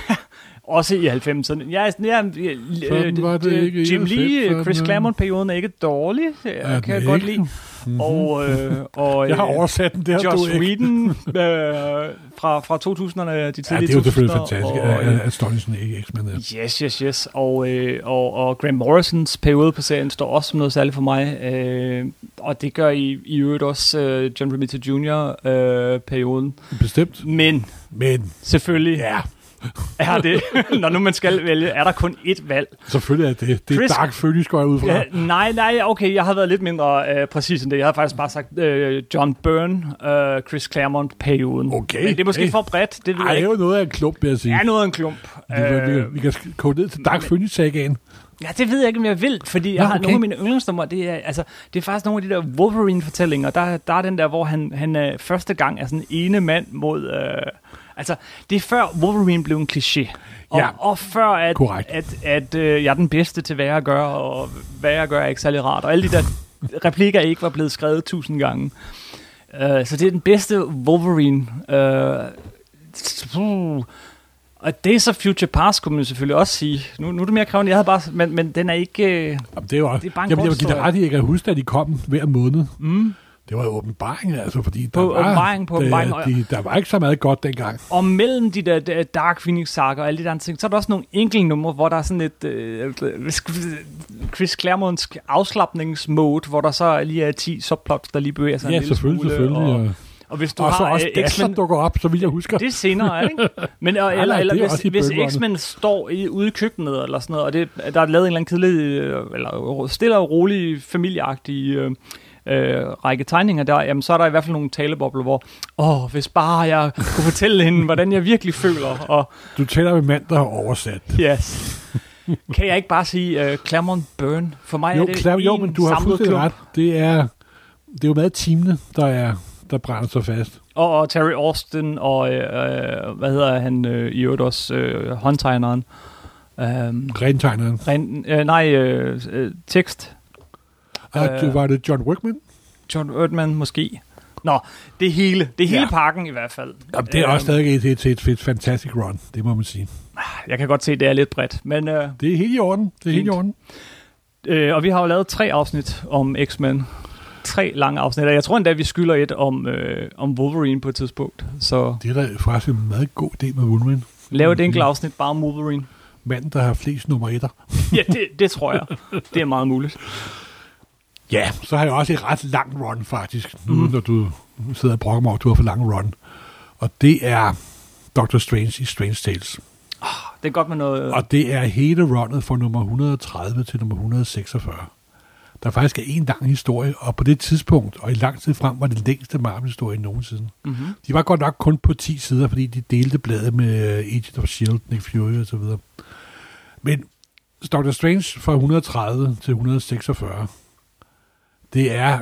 Speaker 1: Også i 90'erne. Ja, altså, ja,
Speaker 2: Sådan var det ikke i
Speaker 1: øh, Jim
Speaker 2: 90'erne.
Speaker 1: Lee, øh, Chris Claremont-perioden er ikke dårlig.
Speaker 2: den
Speaker 1: Jeg kan jeg godt
Speaker 2: ikke? Mhm.
Speaker 1: lide. Og, øh, og
Speaker 2: Jeg har
Speaker 1: øh,
Speaker 2: oversat den der, du
Speaker 1: Joss
Speaker 2: ikke.
Speaker 1: Whedon øh, fra, fra 2000'erne, de tidlige
Speaker 2: Ja, det er jo selvfølgelig
Speaker 1: 2000'ere,
Speaker 2: fantastisk,
Speaker 1: Og, øh,
Speaker 2: at- at Stoltensen ikke er X-Men. er.
Speaker 1: Yes, yes, yes. Og, øh, og, og Graham Morrisons periode på serien står også som noget særligt for mig. Øh, og det gør i, i øvrigt også øh, John Romita Jr. Øh, perioden.
Speaker 2: Bestemt.
Speaker 1: Men
Speaker 2: Men
Speaker 1: selvfølgelig
Speaker 2: ja,
Speaker 1: er det, når nu man skal vælge, er der kun ét valg.
Speaker 2: selvfølgelig er det. Det er
Speaker 1: Chris-
Speaker 2: dark følgeskøj ud fra.
Speaker 1: Ja, nej, nej, okay, jeg har været lidt mindre øh, præcis end det. Jeg har faktisk bare sagt øh, John Byrne, øh, Chris Claremont-perioden.
Speaker 2: Okay,
Speaker 1: Men det er måske
Speaker 2: okay.
Speaker 1: for bredt, det ved
Speaker 2: Ej,
Speaker 1: jeg
Speaker 2: det er
Speaker 1: ikke.
Speaker 2: jo noget af en klump, vil jeg sige.
Speaker 1: Det er noget af en klump.
Speaker 2: Vi kan, vi,
Speaker 1: Øh,
Speaker 2: kan, vi kan sk- koge ned til Dark Phoenix-sagaen.
Speaker 1: Ja, det ved jeg ikke, om jeg vil, fordi jeg
Speaker 2: Nå,
Speaker 1: har
Speaker 2: okay.
Speaker 1: nogle af mine yndlingsnumre, det er, altså, det er faktisk nogle af de der Wolverine-fortællinger. Der, der er den der, hvor han, han øh, første gang er sådan ene mand mod... Øh, altså, det er før Wolverine blev en kliché. Og,
Speaker 2: Ja.
Speaker 1: og før, at,
Speaker 2: Korrekt.
Speaker 1: at, at øh, jeg er den bedste til, hvad jeg gør, og hvad jeg gør er ikke særlig rart. Og alle de der replikker ikke var blevet skrevet tusind gange. Øh, så det er den bedste Wolverine. Øh, puh. og det er så Future Past, kunne man selvfølgelig også sige. Nu, nu er det mere krævende, jeg havde bare... Men, men den er ikke... Øh,
Speaker 2: Jamen, det er jo
Speaker 1: Det er bare en
Speaker 2: jamen, jeg vil
Speaker 1: kort
Speaker 2: give dig
Speaker 1: historie.
Speaker 2: ret i, at jeg kan huske, at de kom hver måned.
Speaker 1: mm.
Speaker 2: Det var jo åbenbaring, altså, fordi
Speaker 1: På
Speaker 2: der, var,
Speaker 1: åbenbaring, på åbenbaring, og-
Speaker 2: der, de, der var ikke så meget godt dengang.
Speaker 1: Og mellem de der, der Dark phoenix sager og alle de der andre ting, så er der også nogle enkelte numre, hvor der er sådan et øh, Chris Claremonts afslappningsmode, hvor der så lige er 10 subplots, der lige bevæger sig en
Speaker 2: Ja,
Speaker 1: lille
Speaker 2: selvfølgelig,
Speaker 1: smule.
Speaker 2: selvfølgelig.
Speaker 1: Og,
Speaker 2: Og,
Speaker 1: og hvis du
Speaker 2: og så
Speaker 1: har
Speaker 2: også
Speaker 1: øh,
Speaker 2: Dex, som
Speaker 1: X-Men
Speaker 2: dukker op, så vidt jeg husker.
Speaker 1: Det er senere, er det ikke? Men, og,
Speaker 2: Nej,
Speaker 1: eller,
Speaker 2: nej,
Speaker 1: eller
Speaker 2: det er
Speaker 1: hvis,
Speaker 2: også i
Speaker 1: hvis
Speaker 2: bølgerne.
Speaker 1: X-Men står i, ude i køkkenet, eller sådan noget, og det, der er lavet en eller anden kedelig, øh, eller stille og rolig, familieagtig øh, øh, række tegninger der, jamen, så er der i hvert fald nogle talebobler, hvor, åh, hvis bare jeg kunne fortælle hende, hvordan jeg virkelig føler, og
Speaker 2: Du taler med en mand, der har oversat.
Speaker 1: yes. Kan jeg ikke bare sige uh, Claremont Burn? For mig er
Speaker 2: Jo,
Speaker 1: det
Speaker 2: klar, jo,
Speaker 1: én
Speaker 2: men du har
Speaker 1: samlet
Speaker 2: fuldstændig
Speaker 1: klump.
Speaker 2: ret. Det er, det er jo meget timene, der, er, der brænder sig fast.
Speaker 1: Og, og Terry Austin, og øh, øh, hvad hedder han øh, i øvrigt også, øh, håndtegneren. Um,
Speaker 2: Rentegneren.
Speaker 1: Ren, øh, nej, øh, øh, tekst.
Speaker 2: Og
Speaker 1: Øh.
Speaker 2: øh, var det John Workman?
Speaker 1: John Erdman måske. Nå, det hele. Det hele
Speaker 2: Ja.
Speaker 1: ja. pakken i hvert fald.
Speaker 2: Jamen, det er
Speaker 1: Øhm,
Speaker 2: også stadig et, et, et, et fantastic run, det må man sige.
Speaker 1: Jeg kan godt se, det er lidt bredt. Men, øh,
Speaker 2: Det er helt i orden. Det er helt
Speaker 1: Fint.
Speaker 2: i orden.
Speaker 1: øh, og vi har jo lavet tre afsnit om X-Men. Tre lange afsnit. Og jeg tror endda, vi skylder et om, øh, om Wolverine på et tidspunkt. Så
Speaker 2: Det er da faktisk en meget god idé med Wolverine.
Speaker 1: lav et
Speaker 2: Mhm.
Speaker 1: enkelt afsnit bare om Wolverine.
Speaker 2: Manden, der har flest nummer etter.
Speaker 1: Ja, det, det tror jeg. Det er meget muligt.
Speaker 2: Ja, så har jeg også et ret langt run faktisk, nu mm. når du sidder og brokker mig over, at du har for lange run. Og det er Doctor Strange i Strange Tales.
Speaker 1: Det er godt med noget...
Speaker 2: Og det er hele runnet fra nummer 130 til nummer 146. Der faktisk er en lang historie, og på det tidspunkt, og i lang tid frem, var det længste Marvel-historie nogensinde.
Speaker 1: Mm-hmm.
Speaker 2: De var godt nok kun på 10 sider, fordi de delte bladet med øh, Agent of S.H.I.E.L.D., Nick Fury og så videre. Men Doctor Strange fra 130 til 146, det er,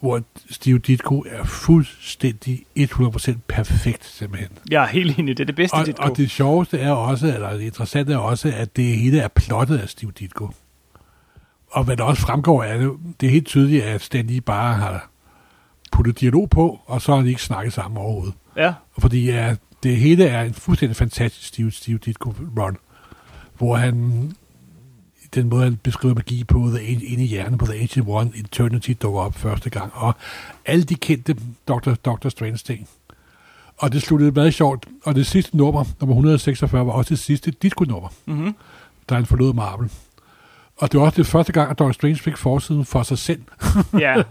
Speaker 2: hvor Steve Ditko er fuldstændig 100% perfekt, simpelthen.
Speaker 1: Jeg er helt enig. Det er det bedste,
Speaker 2: Og,
Speaker 1: dit
Speaker 2: og det sjoveste er også, eller det interessante er også, at det hele er plottet af Steve Ditko. Og hvad der også fremgår af det, det er helt tydeligt, at Stan Lee bare har puttet dialog på, og så har de ikke snakket sammen overhovedet.
Speaker 1: Ja.
Speaker 2: Fordi ja, det hele er en fuldstændig fantastisk Steve, Steve Ditko run, hvor han den måde, han beskriver magi på, the, an- inde i hjernen på The Ancient One, Eternity dukker op første gang, og alle de kendte Dr. Dr. Strange ting. Og det sluttede meget sjovt, og det sidste nummer, nummer 146, var også det sidste Ditko-nummer,
Speaker 1: Mm-hmm.
Speaker 2: da han forlod Marvel. Og det var også det første gang, at Dr. Strange fik forsiden for sig selv.
Speaker 1: Ja.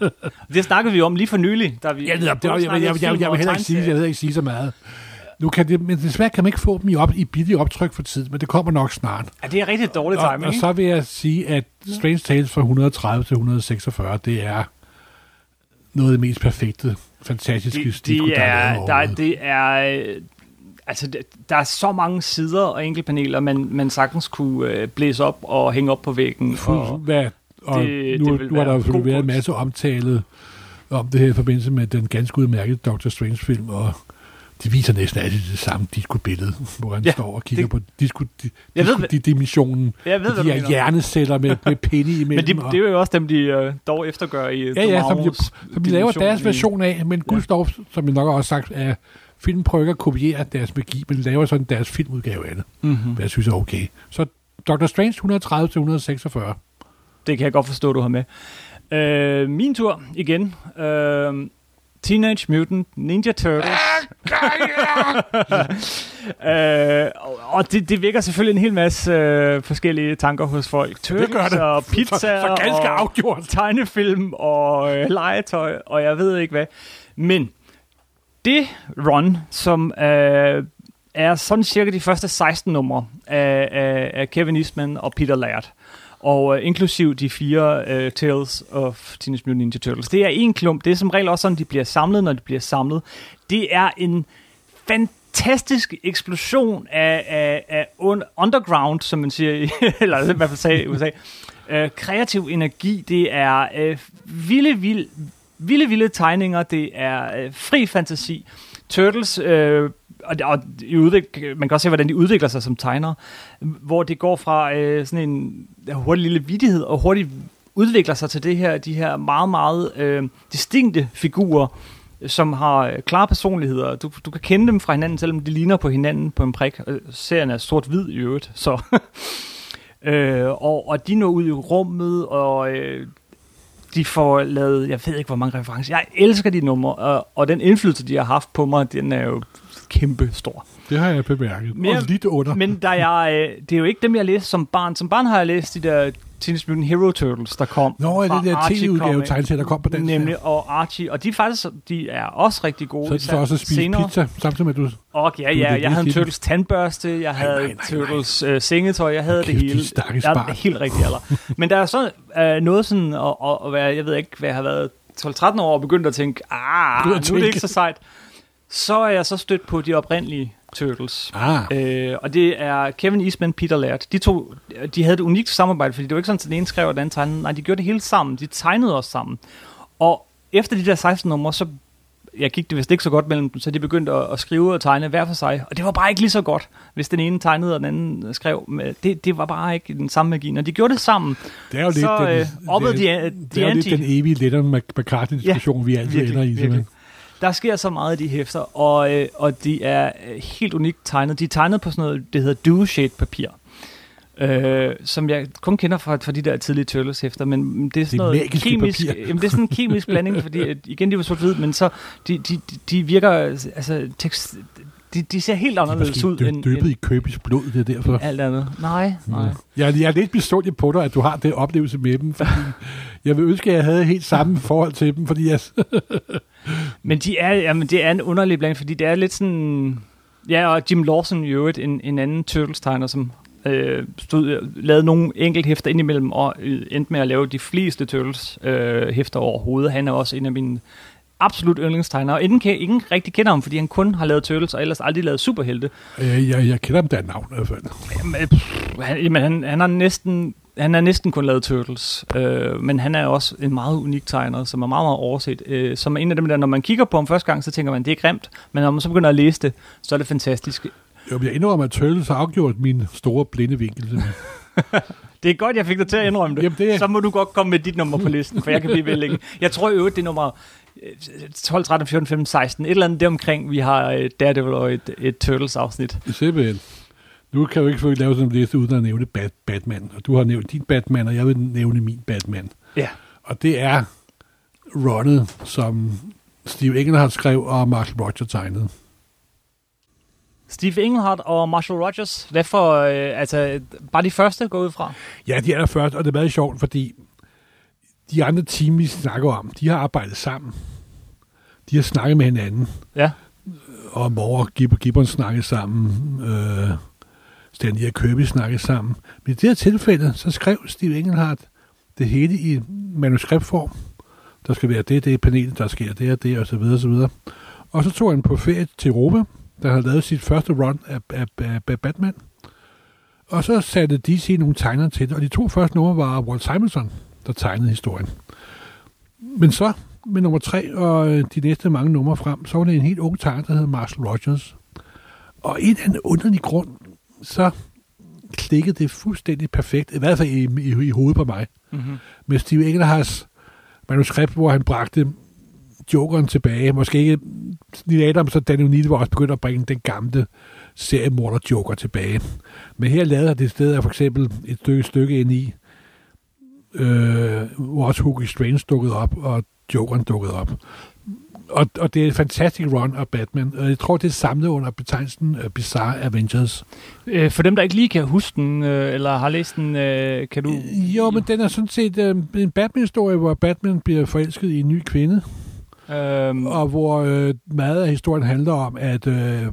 Speaker 1: Det snakkede vi jo om lige for nylig. Da vi
Speaker 2: Ja, det, er- det, er- jeg, jeg, jeg, jeg, jeg, vil heller ikke sige, jeg vil heller ikke sige så meget. Nu kan det, men desværre kan man ikke få dem i, op, i billige optryk for tid, men det kommer nok snart.
Speaker 1: Ja, det er rigtig dårlig
Speaker 2: Og,
Speaker 1: timing,
Speaker 2: og
Speaker 1: ikke?
Speaker 2: så vil jeg sige, at Strange Tales fra 130 til 146, det er noget af det mest perfekte, fantastiske
Speaker 1: Det,
Speaker 2: stiko,
Speaker 1: det,
Speaker 2: der er
Speaker 1: er,
Speaker 2: lavet
Speaker 1: der, er-
Speaker 2: overhovedet.
Speaker 1: det er, øh, altså, det- der er så mange sider og enkeltpaneler, man, man sagtens kunne øh, blæse op og hænge op på væggen.
Speaker 2: Fuld-
Speaker 1: Og,
Speaker 2: Hvad, og
Speaker 1: det-
Speaker 2: nu,
Speaker 1: det vil
Speaker 2: nu har der
Speaker 1: være
Speaker 2: jo selvfølgelig
Speaker 1: god
Speaker 2: været en
Speaker 1: kunst.
Speaker 2: masse omtale om det her i forbindelse med den ganske udmærkede Dr. Strange-film, og de viser næsten altid det samme disco-billede, hvor han ja,
Speaker 1: Ja,
Speaker 2: står og kigger det,
Speaker 1: det-
Speaker 2: på disco, di,
Speaker 1: Jeg ved,
Speaker 2: disco, di, dimensionen.
Speaker 1: jeg ved, hvad
Speaker 2: de
Speaker 1: du
Speaker 2: her
Speaker 1: mener.
Speaker 2: hjerneceller med, med pinde imellem.
Speaker 1: Men de,
Speaker 2: og-
Speaker 1: det er jo også dem, de øh, dog eftergør i
Speaker 2: Ja, ja, som de, som de laver deres version af, men gudskelov, som vi nok også sagt, er Filmen prøver ikke at kopiere deres magi, men laver sådan deres filmudgave af det.
Speaker 1: Mm-hmm.
Speaker 2: Hvad jeg synes er okay. Så Dr. Strange 130-146.
Speaker 1: Det kan jeg godt forstå, du har med. Øh, min tur igen. Øh, Teenage Mutant Ninja Turtles. øh, og- og det, det vækker selvfølgelig en hel masse øh, forskellige tanker hos folk. Turtles
Speaker 2: gør det.
Speaker 1: og
Speaker 2: Så,
Speaker 1: pizza
Speaker 2: så ganske
Speaker 1: og
Speaker 2: afgjort.
Speaker 1: tegnefilm og øh, legetøj, og jeg ved ikke hvad. Men det run, som øh, er sådan cirka de første 16 numre af, af, af Kevin Eastman og Peter Laird, og øh, inklusiv de fire øh, Tales of Teenage Mutant Ninja Turtles. Det er en klump. Det er som regel også sådan, de bliver samlet, når de bliver samlet. Det er en fantastisk eksplosion af, af, af un- underground, som man siger, i- eller i hvert fald sagde i USA. Øh, kreativ energi, det er øh, vilde, vilde, vilde, vilde tegninger, det er øh, fri fantasi. Turtles, øh, og, og i udvik- man kan også se, hvordan de udvikler sig som tegnere, hvor det går fra øh, sådan en hurtig lille vidighed, og hurtigt udvikler sig til det her, de her meget, meget øh, distinkte figurer, som har øh, klare personligheder. Du, du kan kende dem fra hinanden, selvom de ligner på hinanden på en prik. Øh, Serien er sort-hvid i øvrigt, så... øh, og, og de når ud i rummet, og øh, de får lavet, jeg ved ikke hvor mange referencer. Jeg elsker de numre, og, og den indflydelse, de har haft på mig, den er jo kæmpe stor.
Speaker 2: Det har jeg bemærket.
Speaker 1: Men jeg-
Speaker 2: Mere, og lidt under.
Speaker 1: Men der jeg, øh, det er jo ikke dem, jeg læste som barn. Som barn har jeg læst de der Teenage Mutant Hero Turtles, der kom.
Speaker 2: Nå, er
Speaker 1: fra
Speaker 2: det der
Speaker 1: Archie
Speaker 2: tv-udgave
Speaker 1: Comics.
Speaker 2: tegnsæt, der kom på den
Speaker 1: Nemlig, og Archie, og de er faktisk, de er også rigtig gode.
Speaker 2: Så er det
Speaker 1: især
Speaker 2: så også at spise
Speaker 1: senere.
Speaker 2: pizza, samtidig med at du...
Speaker 1: Og ja,
Speaker 2: Du er
Speaker 1: ja,
Speaker 2: lidt
Speaker 1: jeg havde en
Speaker 2: nedslidende.
Speaker 1: Turtles tandbørste, jeg havde
Speaker 2: nej, nej, nej.
Speaker 1: Turtles øh, sengetøj, jeg havde
Speaker 2: Kæft,
Speaker 1: det hele.
Speaker 2: de stakkels
Speaker 1: jeg er
Speaker 2: barn.
Speaker 1: helt rigtig alder. Men der er så øh, noget sådan, at, at, at være, jeg ved ikke, hvad jeg har været 12-13 år og begyndt at tænke, ah, nu
Speaker 2: Begyndt
Speaker 1: er
Speaker 2: at
Speaker 1: det
Speaker 2: tænke."
Speaker 1: ikke så sejt. Så er jeg så stødt på de oprindelige Turtles.
Speaker 2: Ah,
Speaker 1: Øh, og det er Kevin Eastman og Peter Laird. De to, de havde et unikt samarbejde, fordi det var ikke sådan, at den ene skrev, og den anden tegnede. Nej, de gjorde det hele sammen. De tegnede også sammen. Og efter de der 16 numre, så jeg gik det vist ikke så godt mellem dem, så de begyndte at, at skrive og tegne hver for sig. Og det var bare ikke lige så godt, hvis den ene tegnede, og den anden skrev. Men Det, det var bare ikke den samme magi. Når de gjorde det sammen,
Speaker 2: det er jo lidt,
Speaker 1: så, øh,
Speaker 2: den,
Speaker 1: oppede
Speaker 2: det er,
Speaker 1: de- de
Speaker 2: det er jo lidt
Speaker 1: anti-
Speaker 2: den evige Lennon Mac- McCartney-diskussion, ja, vi altid
Speaker 1: virkelig,
Speaker 2: ender i.
Speaker 1: virkelig.
Speaker 2: Simpelthen.
Speaker 1: Der sker så meget i de hæfter, og, øh, og de er øh, helt unikt tegnet. De er tegnet på sådan noget, det hedder duo-shade-papir. Øh, som jeg kun kender fra, fra de der tidlige Turtles hæfter, men det er sådan
Speaker 2: Det er
Speaker 1: noget
Speaker 2: magiske
Speaker 1: kemisk,
Speaker 2: papir.
Speaker 1: jamen, det er sådan en kemisk blanding, fordi at, igen, de var sort hvid, men så de, de, de- de virker, altså tekst, de, de ser helt
Speaker 2: De er
Speaker 1: anderledes
Speaker 2: måske
Speaker 1: ud
Speaker 2: dø-
Speaker 1: end,
Speaker 2: døbet
Speaker 1: end
Speaker 2: i købis blod, det er derfor. Mm.
Speaker 1: alt andet. Nej, nej.
Speaker 2: Jeg, jeg er lidt bestående på dig, at du har det oplevelse med dem, fordi jeg vil ønske, at jeg havde helt samme forhold til dem, fordi jeg,
Speaker 1: Men de er, jamen, det er en underlig blanding, fordi det er lidt sådan... Ja, og Jim Lawson i øvrigt, en, en anden Turtles-tegner, som øh, stod, øh, lavede nogle enkelt hæfter indimellem, og øh, endte med at lave de fleste Turtles-hæfter øh, hæfter overhovedet. Han er også en af mine absolut yndlingstegnere, og ingen, kan- ingen rigtig kender ham, fordi han kun har lavet Turtles, og ellers aldrig lavet superhelte.
Speaker 2: Øh, jeg, jeg, jeg kender dem da af navn i hvert fald.
Speaker 1: Jamen, øh, pff, han, jamen, han, han har næsten... Han har næsten kun lavet Turtles, øh, men han er også en meget unik tegner, som er meget, meget overset. Øh, som er en af dem der, når man kigger på ham første gang, så tænker man, det er grimt. Men når man så begynder at læse det, så er det fantastisk.
Speaker 2: Jo, men Jeg indrømmer, at Turtles har afgjort min store blinde vinkel. simpelthen.
Speaker 1: Det er godt, jeg fik dig til at indrømme det.
Speaker 2: Jamen, det-
Speaker 1: Så må du godt komme med dit nummer på listen, for jeg kan blive ved længe. Jeg tror i øvrigt, det er nummer øh, 12, 13, 14, 15, 16. Et eller andet deromkring, vi har et Daredevil og et, et Turtles-afsnit.
Speaker 2: Simpelthen. Nu kan jeg jo ikke selvfølgelig lave sådan en liste, uden at nævne Bat- Batman. Og du har nævnt din Batman, og jeg vil nævne min Batman.
Speaker 1: Ja.
Speaker 2: Og det er runnet, som Steve Engelhardt skrev, og Mark Roger tegnede.
Speaker 1: Steve Englehart og Marshall Rogers. Hvad for, øh, altså, bare de første går ud fra?
Speaker 2: Ja, de er der først, og det er meget sjovt, fordi de andre team, vi snakker om, de har arbejdet sammen. De har snakket med hinanden,
Speaker 1: Ja.
Speaker 2: og Mor og Gib og Gibbon snakkede sammen. Øh, Stanley og Kirby snakkede sammen. Men i det her tilfælde, så skrev Steve Engelhardt det hele i manuskriptform. Der skal være det, det er panelet, der sker det og det, og så videre, og så videre. Og så tog han på ferie til Europa, der havde lavet sit første run af, af, af, af Batman. Og så satte DC nogle tegnere til det, og de to første numre var Walt Simonson, der tegnede historien. Men så med nummer tre og øh, de næste mange numre frem, så var det en helt ung tegner, der hed Marshall Rogers. Og en eller anden underlig grund, så klikkede det fuldstændig perfekt, i hvert fald i, i, i hovedet på mig,
Speaker 1: Mm-hmm.
Speaker 2: med Steve Engelhards manuskript, hvor han bragte Jokeren tilbage. Måske ikke Neil Adams og Daniel Neal var også begyndt at bringe den gamle seriemorder Joker tilbage. Men her lavede det sted af for eksempel et stykke, stykke ind i, øh, hvor også Hugo Strange dukkede op, og Jokeren dukkede op. Og, og det er et fantastisk run af Batman. Og jeg tror, det er samlet under betegnelsen uh, Bizarre Avengers.
Speaker 1: Øh, for dem, der ikke lige kan huske den, øh, eller har læst den, øh, kan du...
Speaker 2: Jo, men den er sådan set øh, en Batman-historie, hvor Batman bliver forelsket i en ny kvinde,
Speaker 1: Øhm,
Speaker 2: og hvor øh, meget af historien handler om, at øh,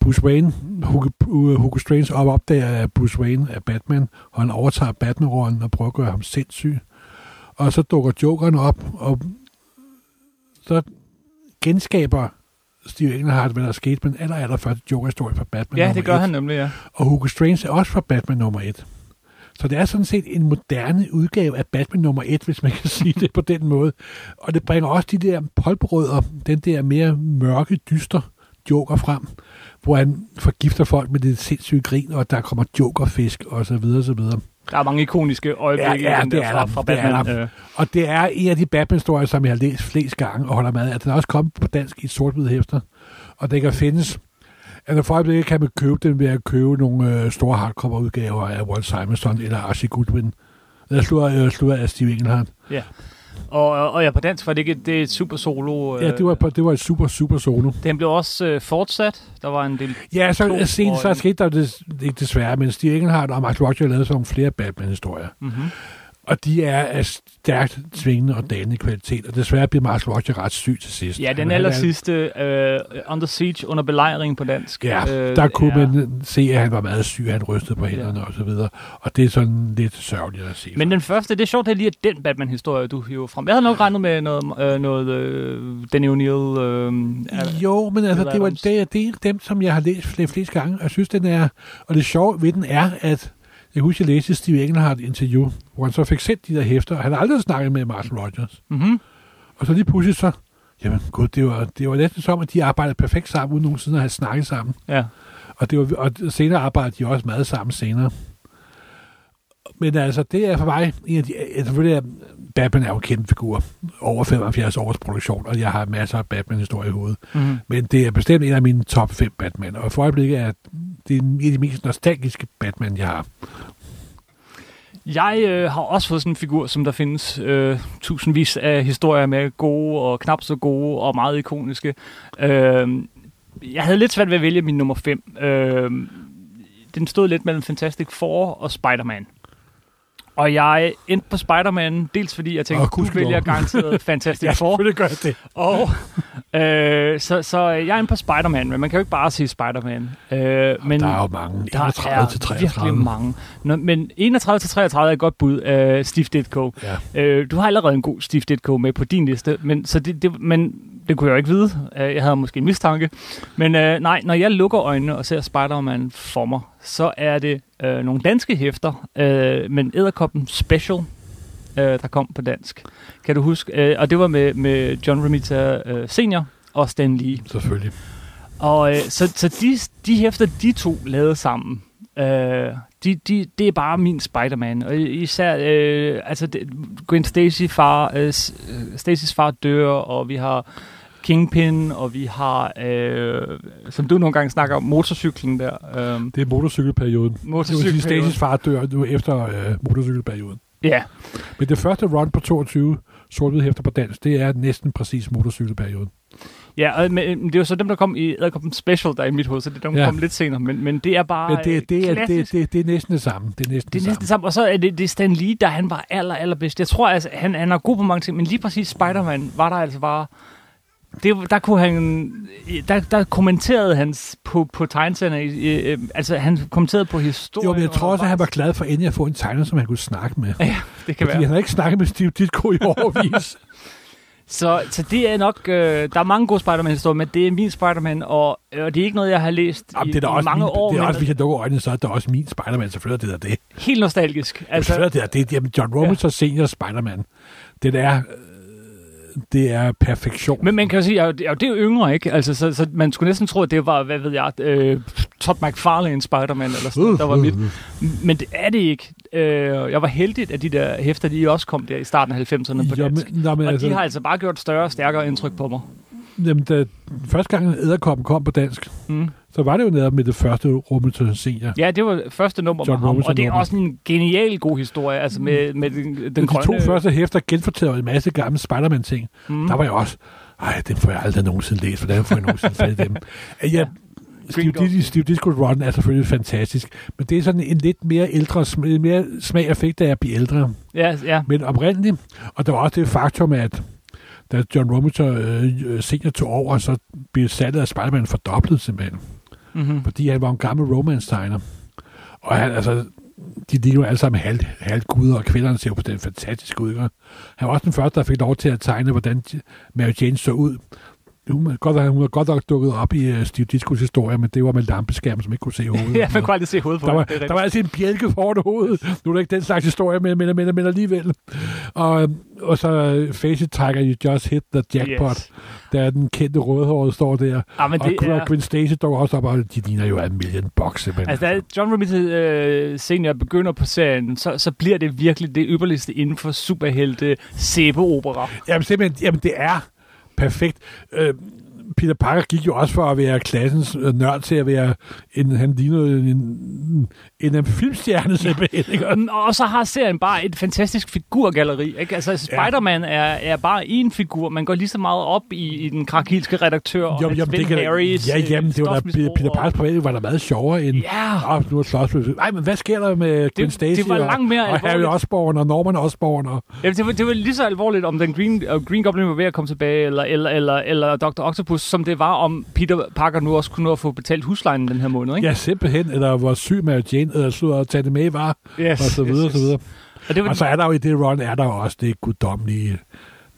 Speaker 2: Bruce Wayne, Hugo, øh, Hugo Strange op opdager, at Bruce Wayne er Batman, og han overtager Batman-rollen og prøver at gøre ham sindssyg. Og så dukker Jokeren op, og så genskaber Steve Englehart, hvad der er sket med den aller, aller første Joker-historie fra Batman
Speaker 1: ja,
Speaker 2: nummer
Speaker 1: det gør
Speaker 2: et.
Speaker 1: han nemlig, ja.
Speaker 2: Og Hugo Strange er også fra Batman nummer 1. Så det er sådan set en moderne udgave af Batman nummer 1, hvis man kan sige det på den måde. Og det bringer også de der polbrødder, den der mere mørke, dyster joker frem, hvor han forgifter folk med det sindssyge grin, og der kommer jokerfisk og så videre, så videre.
Speaker 1: Der er mange ikoniske øjeblikke
Speaker 2: Ja, ja,
Speaker 1: i den
Speaker 2: det
Speaker 1: der fra,
Speaker 2: er der.
Speaker 1: fra
Speaker 2: Det er
Speaker 1: Batman.
Speaker 2: der.
Speaker 1: Øh,
Speaker 2: Og det er en af de Batman-historier, som jeg har læst flest gange og holder med af. Den er også kommet på dansk i sort-hvide hæfter, og den kan findes. Altså for øjeblikket kan man købe den ved at købe nogle øh, store hardcover-udgaver af Walt Simonson eller Archie Goodwin. Eller slutter, øh, slutter af Steve Englehart.
Speaker 1: ja. Og, og, og ja, på dansk var det ikke det er et super solo. øh,
Speaker 2: Ja, det var, det var et super, super solo.
Speaker 1: Den blev også øh, fortsat. Der var en del...
Speaker 2: Ja,
Speaker 1: To
Speaker 2: så sent så
Speaker 1: og en-
Speaker 2: skete der det, ikke desværre, men Steve Englehart og Max Roger lavede så nogle flere Batman-historier.
Speaker 1: Mm-hmm.
Speaker 2: Og de er af stærkt svingende og dannende kvalitet, og desværre bliver Max Roger ret syg til sidst.
Speaker 1: Ja,
Speaker 2: Han
Speaker 1: den
Speaker 2: er-
Speaker 1: aller sidste, øh, Under Siege, under belejring på dansk.
Speaker 2: Ja,
Speaker 1: Øh,
Speaker 2: der kunne
Speaker 1: ja.
Speaker 2: man se, at han var meget syg, han rystede på hænderne og så videre. Og det er sådan lidt sørgeligt at se.
Speaker 1: Men den første, det er sjovt, det er lige at den Batman-historie, du hiver frem. Jeg havde nok regnet med noget, øh, noget øh, Danny O'Neill. Øh, er-
Speaker 2: jo, men altså,
Speaker 1: Neil
Speaker 2: det, var,
Speaker 1: Adams.
Speaker 2: det, er- det er dem, som jeg har læst flere, flest gange, og jeg synes, den er... Og det sjove ved den er, at jeg husker, jeg læste Steve Englehart interview, hvor han så fik sendt de der hæfter, og han har aldrig snakket med Martin Rogers.
Speaker 1: mhm.
Speaker 2: Og så lige pludselig så... Jamen gud, det var, det var næsten som, at de arbejdede perfekt sammen, uden nogensinde at have snakket sammen.
Speaker 1: Ja.
Speaker 2: Og, det var, og senere arbejdede de også meget sammen senere. Men altså, det er for mig en af de... ja, Selvfølgelig er Batman er jo en kæmpe figur. Over 75 års produktion, og jeg har masser af Batman-historie i hovedet.
Speaker 1: Mhm.
Speaker 2: Men det er bestemt en af mine top 5 Batman. Og for øjeblikket er det en af de mest nostalgiske Batman, jeg har.
Speaker 1: Jeg øh, har også fået sådan en figur, som der findes øh, tusindvis af historier med, gode og knap så gode og meget ikoniske. Øh, jeg havde lidt svært ved at vælge min nummer 5. Øh, den stod lidt mellem Fantastic Four og Spider-Man. Og jeg endte på Spider-Man, dels fordi jeg tænkte,
Speaker 2: Åh,
Speaker 1: at du
Speaker 2: gudskelov.
Speaker 1: vælger garanteret Fantastic Four.
Speaker 2: gør det.
Speaker 1: Og, øh, så, så jeg er inde på Spider-Man, men man kan jo ikke bare sige Spider-Man. Øh, men
Speaker 2: Der er jo mange.
Speaker 1: der
Speaker 2: 31
Speaker 1: er
Speaker 2: til
Speaker 1: virkelig
Speaker 2: 33.
Speaker 1: mange. Nå, men 31 til 33 er et godt bud, øh, Steve Ditko.
Speaker 2: Ja.
Speaker 1: Øh, du har allerede en god Steve Ditko med på din liste, men, så det, det, men det kunne jeg jo ikke vide. Øh, jeg havde måske en mistanke. Men øh, nej, når jeg lukker øjnene og ser Spider-Man for mig, så er det øh, nogle danske hæfter, øh, men Edderkoppen Special, øh, der kom på dansk. Kan du huske? Øh, og det var med, med John Romita øh, Senior og Stan Lee.
Speaker 2: Selvfølgelig.
Speaker 1: Og øh, så, så de, de hæfter, de to lavede sammen, øh, de, de, det er bare min Spider-Man. Og især, øh, altså, det, Gwen Stacy far, øh, S- øh, Stacys far dør, og vi har Kingpin, og vi har, øh, som du nogle gange snakker om, motorcyklen der. Øh,
Speaker 2: Det er motorcykelperioden. Det vil sige,
Speaker 1: motorcyklen.
Speaker 2: Stasis far dør nu efter øh, motorcykelperioden.
Speaker 1: Ja,
Speaker 2: Men det første run på 22 sort hæfter på dansk, det er næsten præcis motorcykelperioden.
Speaker 1: ja og, men, men det er jo så dem, der kom i Edderkoppen Special, der er i mit hoved, så det er dem, der
Speaker 2: Ja.
Speaker 1: kom lidt senere. Men, men det er bare øh,
Speaker 2: Men det, det, er,
Speaker 1: klassisk.
Speaker 2: det, det, det er næsten det samme. Det er næsten
Speaker 1: Det er
Speaker 2: det
Speaker 1: næsten det samme. Og så er det, det er Stan Lee, der han var aller, allerbedst. Jeg tror, altså, han, han er god på mange ting, men lige præcis Spider-Man var der altså bare... Det, der, kunne han, der, der kommenterede han s- på, på tegnserne. Øh, altså, han kommenterede på historien.
Speaker 2: Jo, men jeg tror også, at han var
Speaker 1: undervejs.
Speaker 2: glad for endelig at få en tegner, som han kunne snakke med.
Speaker 1: Ja, det kan
Speaker 2: Fordi
Speaker 1: være.
Speaker 2: han har ikke snakket med Steve Ditko i overvis.
Speaker 1: Så, så det er nok... Øh, der er mange gode Spider-Man-historier, men det er min Spider-Man, og, og det er ikke noget, jeg har læst
Speaker 2: Jamen,
Speaker 1: i,
Speaker 2: det er da
Speaker 1: i
Speaker 2: også
Speaker 1: mange
Speaker 2: min,
Speaker 1: år.
Speaker 2: det er
Speaker 1: men
Speaker 2: også, hvis jeg dukker øjnene, så er det også min Spider-Man, selvfølgelig er det der det.
Speaker 1: Helt nostalgisk.
Speaker 2: Altså,
Speaker 1: Altså,
Speaker 2: selvfølgelig er det der det. Jamen, John Romans ja. senior Spider-Man, det er, øh, det er perfektion.
Speaker 1: Men man kan jo sige, at det er jo yngre, ikke? Altså, så, så man skulle næsten tro, at det var,
Speaker 2: Uh,
Speaker 1: hvad ved jeg, øh, Todd McFarlane Spider-Man eller sådan noget, der var mit. Men det er det ikke. øh, jeg var heldig, at de der hæfter, de også kom der i starten af 90'erne på
Speaker 2: Jamen,
Speaker 1: dansk.
Speaker 2: nå, men
Speaker 1: Og
Speaker 2: altså,
Speaker 1: de har altså bare gjort større og stærkere indtryk på mig.
Speaker 2: jamen, da første gang Æderkoppen kom på dansk,
Speaker 1: Mm.
Speaker 2: så var det jo netop med det første Robinson Senior.
Speaker 1: Ja, det var første nummer
Speaker 2: John
Speaker 1: med ham,
Speaker 2: Robinson
Speaker 1: og det er
Speaker 2: nummer.
Speaker 1: også en genial god historie, altså med, med den, den
Speaker 2: Den de
Speaker 1: grønne... Hmm.
Speaker 2: to første hæfter genfortæller en masse gamle Spider-Man-ting. Mm. Der var jeg også, ej, dem får jeg aldrig nogensinde læst. Hvordan får jeg nogensinde fat i dem? Ja, ja. Steve,
Speaker 1: Green
Speaker 2: Dis- Steve Disco Run er selvfølgelig fantastisk, men det er sådan en lidt mere ældre, sm- lidt mere smag og fik, da jeg bliver ældre.
Speaker 1: Ja, ja.
Speaker 2: Men oprindeligt, og der var også det faktum, at da John Romita øh, senior tog over, så blev salget af Spider-Man fordoblet simpelthen,
Speaker 1: Mm-hmm.
Speaker 2: fordi han var en gammel romance-tegner. Og han, altså, de ligner jo alle sammen halv, halvguder, og kvinderne ser jo på den fantastiske udgang. Han var også den første, der fik lov til at tegne, hvordan Mary Jane så ud. Hun er godt, hun er godt nok dukket op i øh, Steve Discos historie, men det var med lampeskærmen, som ikke kunne se hovedet.
Speaker 1: ja, man kunne aldrig se hovedet på
Speaker 2: Der var,
Speaker 1: det. er rigtigt.
Speaker 2: der var altid en bjælke foran hovedet. Nu er der ikke den slags historie, men, men, men, men alligevel. Og, og så øh, Face It Tiger, You Just Hit the Jackpot. Yes.
Speaker 1: Yes.
Speaker 2: Der er den kendte rødhårede, står der.
Speaker 1: Ah, men
Speaker 2: og
Speaker 1: det er,
Speaker 2: Gwen Stacy dukker også op, og de ligner jo en million boxe. Men,
Speaker 1: altså, da John Romita øh, senior begynder på serien, så, så bliver det virkelig det ypperligste inden for superhelte sæbeopera.
Speaker 2: Jamen simpelthen, jamen det er perfekt. Øh, Peter Parker gik jo også for at være klassens øh, nørd til at være en, han lignede en, en, en, en filmstjerne simpelthen. Ikke? Og-
Speaker 1: Mm, Og så har serien bare et fantastisk figurgalleri. Ikke? Altså, Spider-Man er, er bare én figur. Man går lige så meget op i, i den krakilske redaktør og
Speaker 2: Jo,
Speaker 1: jo,
Speaker 2: jamen, det
Speaker 1: Ven
Speaker 2: kan,
Speaker 1: Harris.
Speaker 2: ja,
Speaker 1: øh,
Speaker 2: jamen, det var da,
Speaker 1: stofmisbrug
Speaker 2: Peter, Peter
Speaker 1: og-
Speaker 2: Parkers private var da meget sjovere end...
Speaker 1: Ja.
Speaker 2: Oh, nu er slås Nej, men hvad sker der med Gwen Stacy
Speaker 1: det var langt mere
Speaker 2: og, og Harry
Speaker 1: alvorligt.
Speaker 2: Osborn og Norman Osborn? Og,
Speaker 1: Jamen, det, var, det var lige så alvorligt, om den Green, uh, Green Goblin var ved at komme tilbage, eller, eller, eller, eller Dr. Octopus, som det var, om Peter Parker nu også kunne nå at få betalt huslejen den her måned. Ikke?
Speaker 2: ja, simpelthen, eller hvor syg Mary Jane, eller så at tage det med var,
Speaker 1: Yes,
Speaker 2: og så videre,
Speaker 1: yes,
Speaker 2: og så videre.
Speaker 1: Og det var,
Speaker 2: Og så er der jo i det run, er der jo også det guddommelige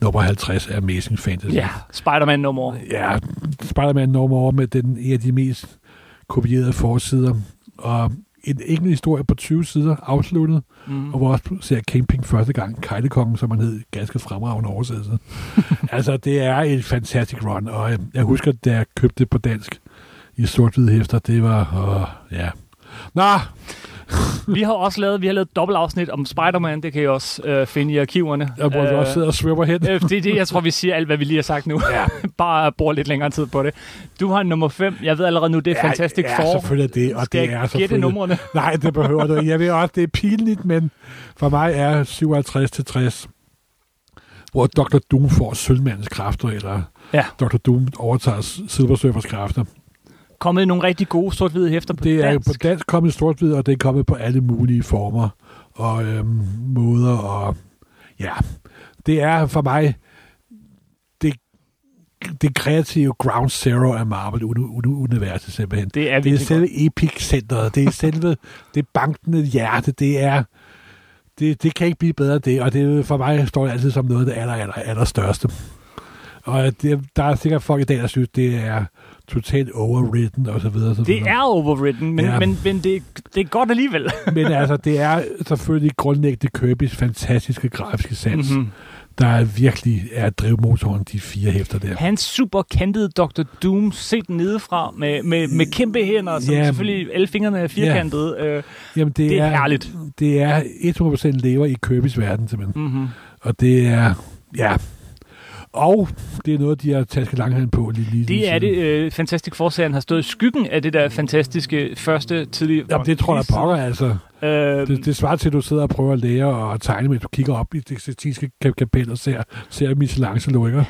Speaker 2: nummer 50 af Amazing Fantasy.
Speaker 1: ja, Spider-Man nummer.
Speaker 2: ja, Spider-Man No More med den en af de mest kopierede forsider. Og en enkelt historie på 20 sider afsluttet, mm. og hvor også ser Kingpin første gang Kejlekongen, som han hed, ganske fremragende oversættelse. altså, det er et fantastisk run, og øh, jeg husker, da jeg købte det på dansk i sort hæfter, det var, øh, ja. Nå,
Speaker 1: Vi har også lavet, vi har lavet et dobbeltafsnit om Spider-Man, det kan I også øh, finde i arkiverne.
Speaker 2: jeg må øh, også sidde og svømmer hen.
Speaker 1: øh, det er det, jeg tror, vi siger alt, hvad vi lige har sagt nu.
Speaker 2: Ja.
Speaker 1: Bare bruger lidt længere tid på det. Du har nummer 5. Jeg ved allerede nu, det er Fantastic
Speaker 2: ja, Ja,
Speaker 1: Four.
Speaker 2: selvfølgelig det, og
Speaker 1: Skal
Speaker 2: det
Speaker 1: jeg
Speaker 2: er
Speaker 1: gætte
Speaker 2: selvfølgelig...
Speaker 1: numrene?
Speaker 2: Nej, det behøver du ikke. Jeg ved også, det er pinligt, men for mig er 57 til 60, hvor Dr. Doom får sølvmandens kræfter, eller
Speaker 1: Ja.
Speaker 2: Dr. Doom overtager Silver Surfers kræfter.
Speaker 1: Kommet nogle rigtig gode sort-hvide hæfter på
Speaker 2: Det er
Speaker 1: dansk.
Speaker 2: på dansk kommet stort hvid, og det er kommet på alle mulige former og øhm, måder. Og, ja, det er for mig det, det kreative ground zero af Marvel-universet simpelthen.
Speaker 1: Det er
Speaker 2: Det er
Speaker 1: virkelig
Speaker 2: selve Epic-centret, det er selve det bankende hjerte, det er... Det, det kan ikke blive bedre end det, og det er jo- for mig står det altid som noget af det aller, aller, aller største. Og det, der er sikkert folk i dag, der synes, det er totalt overridden og så videre. og Så
Speaker 1: Det
Speaker 2: videre.
Speaker 1: er overridden, men,
Speaker 2: Ja.
Speaker 1: ja. men, men det, det er godt alligevel.
Speaker 2: Men altså, det er selvfølgelig grundlæggende Kirby's fantastiske grafiske sans,
Speaker 1: Mhm.
Speaker 2: mm-hmm. der er virkelig er drivmotoren de fire hæfter der.
Speaker 1: Hans super kantede Dr. Doom, set nedefra, med, med, med kæmpe hænder, som
Speaker 2: Ja.
Speaker 1: yeah. selvfølgelig alle fingrene er øh, firkantede. Yeah.
Speaker 2: Jamen, det,
Speaker 1: Det er herligt.
Speaker 2: Det er 100% lever i Kirby's verden, simpelthen.
Speaker 1: Mm-hmm.
Speaker 2: Og det er, ja. Og det er noget, de har tasket langhalm på lige, lige lige
Speaker 1: Det er
Speaker 2: siden.
Speaker 1: det, øh, Fantastic Four-serien har stået i skyggen af det der fantastiske første tidlige...
Speaker 2: Jamen, det tror jeg pokker, altså.
Speaker 1: Øh,
Speaker 2: Det, det svarer til, at du sidder og prøver at lære og tegne, men du kigger op i det sextinske kapel og ser, ser Michelangelo, ikke?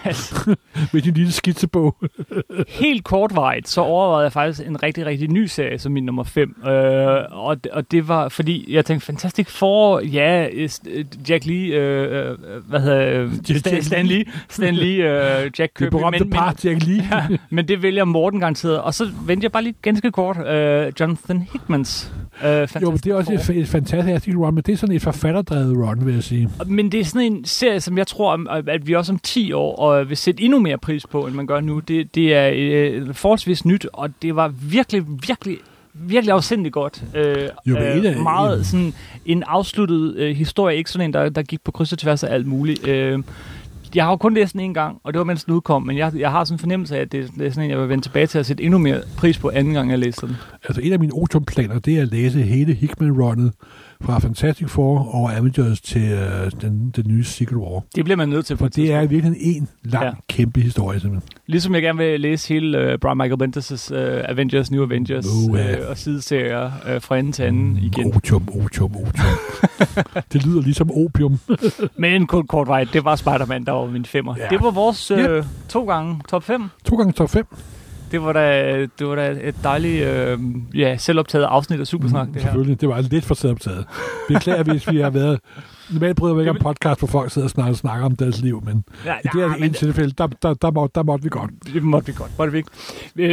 Speaker 2: Med din lille skitsebog.
Speaker 1: altså, helt kortvarigt, så overvejede jeg faktisk en rigtig, rigtig ny serie som min nummer 5. Øh, og, og det var, fordi jeg tænkte, Fantastic Four, ja, øh, Jack Lee, øh, øh, hvad hedder øh,
Speaker 2: Jack Lee.
Speaker 1: Stan, Stan Lee, Stan Lee øh, Jack
Speaker 2: Det
Speaker 1: Kirby.
Speaker 2: berømte
Speaker 1: men,
Speaker 2: par, Jack Lee.
Speaker 1: men, men det vælger Morten garanteret. Og så vendte jeg bare lige ganske kort øh, Jonathan Hickmans øh, Fantastic
Speaker 2: Jo, men det er også
Speaker 1: Four.
Speaker 2: et, et fantastisk run, men det er sådan et forfatterdrevet run, vil jeg sige.
Speaker 1: Men det er sådan en serie, som jeg tror, om- at vi også om 10 år øh, vil sætte endnu mere pris på, end man gør nu. Det, det er øh, forholdsvis nyt, og det var virkelig, virkelig, virkelig afsindigt godt. Øh,
Speaker 2: Jo, men et af-
Speaker 1: meget sådan en afsluttet øh, historie, ikke sådan en, der, der gik på kryds og tværs af alt muligt. Øh, jeg har jo kun læst den en gang, og det var mens den udkom, men jeg, jeg har sådan en fornemmelse af, at det, det er sådan en, jeg vil vende tilbage til at sætte endnu mere pris på anden gang, jeg læser den.
Speaker 2: Altså, en af mine otumplaner, det er at læse hele Hickman-runnet fra Fantastic Four over Avengers til øh, den, den nye Secret War.
Speaker 1: Det bliver man nødt til på
Speaker 2: For
Speaker 1: et
Speaker 2: det er
Speaker 1: tidspunkt.
Speaker 2: i virkeligheden en lang,
Speaker 1: Ja.
Speaker 2: ja. kæmpe historie, simpelthen.
Speaker 1: Ligesom jeg gerne vil læse hele uh, Brian Michael Bendis' uh, Avengers, New Avengers
Speaker 2: Uh, ja.
Speaker 1: uh, og sideserier uh, fra ende til anden igen.
Speaker 2: Mm, Otium, otium, otium. det lyder ligesom opium.
Speaker 1: Men kun kort vej, det var Spider-Man, der var min femmer. Ja.
Speaker 2: Ja.
Speaker 1: Det var vores uh,
Speaker 2: Yep.
Speaker 1: to gange top 5.
Speaker 2: To gange top 5.
Speaker 1: Det var da, det var da et dejligt øh, ja, selvoptaget afsnit af Supersnak, mm, det her.
Speaker 2: Selvfølgelig, det var lidt for selvoptaget. Beklager, hvis vi har været... Normalt bryder vi ikke om podcast, hvor folk sidder og snakker, snakker om deres liv, men
Speaker 1: Ja,
Speaker 2: i det her
Speaker 1: men
Speaker 2: ene tilfælde, der, der, der, må, der måtte vi godt.
Speaker 1: det måtte vi godt, måtte vi ikke.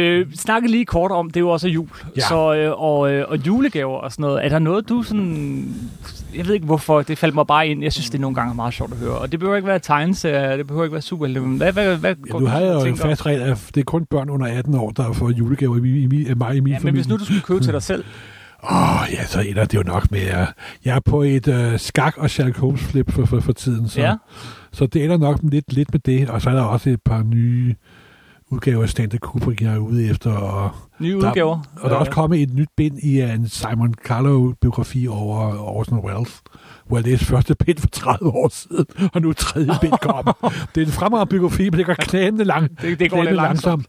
Speaker 1: Øh, snakke lige kort om, det er jo også jul, ja.
Speaker 2: Ja.
Speaker 1: så, øh, og, øh, og julegaver og sådan noget. Er der noget, du sådan... Jeg ved ikke, hvorfor det faldt mig bare ind. Jeg synes, det nogle gange er meget sjovt at høre. Og det behøver ikke være tegneserier, det behøver ikke være superhelte. men Hvad, hvad, hvad,
Speaker 2: Ja, nu har jeg jo en
Speaker 1: tænker-
Speaker 2: fast regel, at det er kun børn under 18 år, der får julegaver i, mi- i, mi- af mig i min
Speaker 1: Ja, men
Speaker 2: familie.
Speaker 1: hvis nu du skulle købe til dig selv,
Speaker 2: Åh, ja, så ender det jo nok med, at jeg er på et øh, skak- og Sherlock Holmes-flip for, for, for tiden, så,
Speaker 1: ja.
Speaker 2: så det ender nok lidt, lidt med det. Og så er der også et par nye udgaver af Stanley Kubrick, jeg er ude efter, og
Speaker 1: nye
Speaker 2: Der-
Speaker 1: udgaver.
Speaker 2: Og der er også
Speaker 1: Øh,
Speaker 2: kommet et nyt bind i en Simon Carlo-biografi over Orson Welles. Welles første bind for 30 år siden, og nu er tredje bind kommet. det er en fremragende biografi, men det går knæende
Speaker 1: det,
Speaker 2: lang,
Speaker 1: det går lidt
Speaker 2: knæende
Speaker 1: langsomt.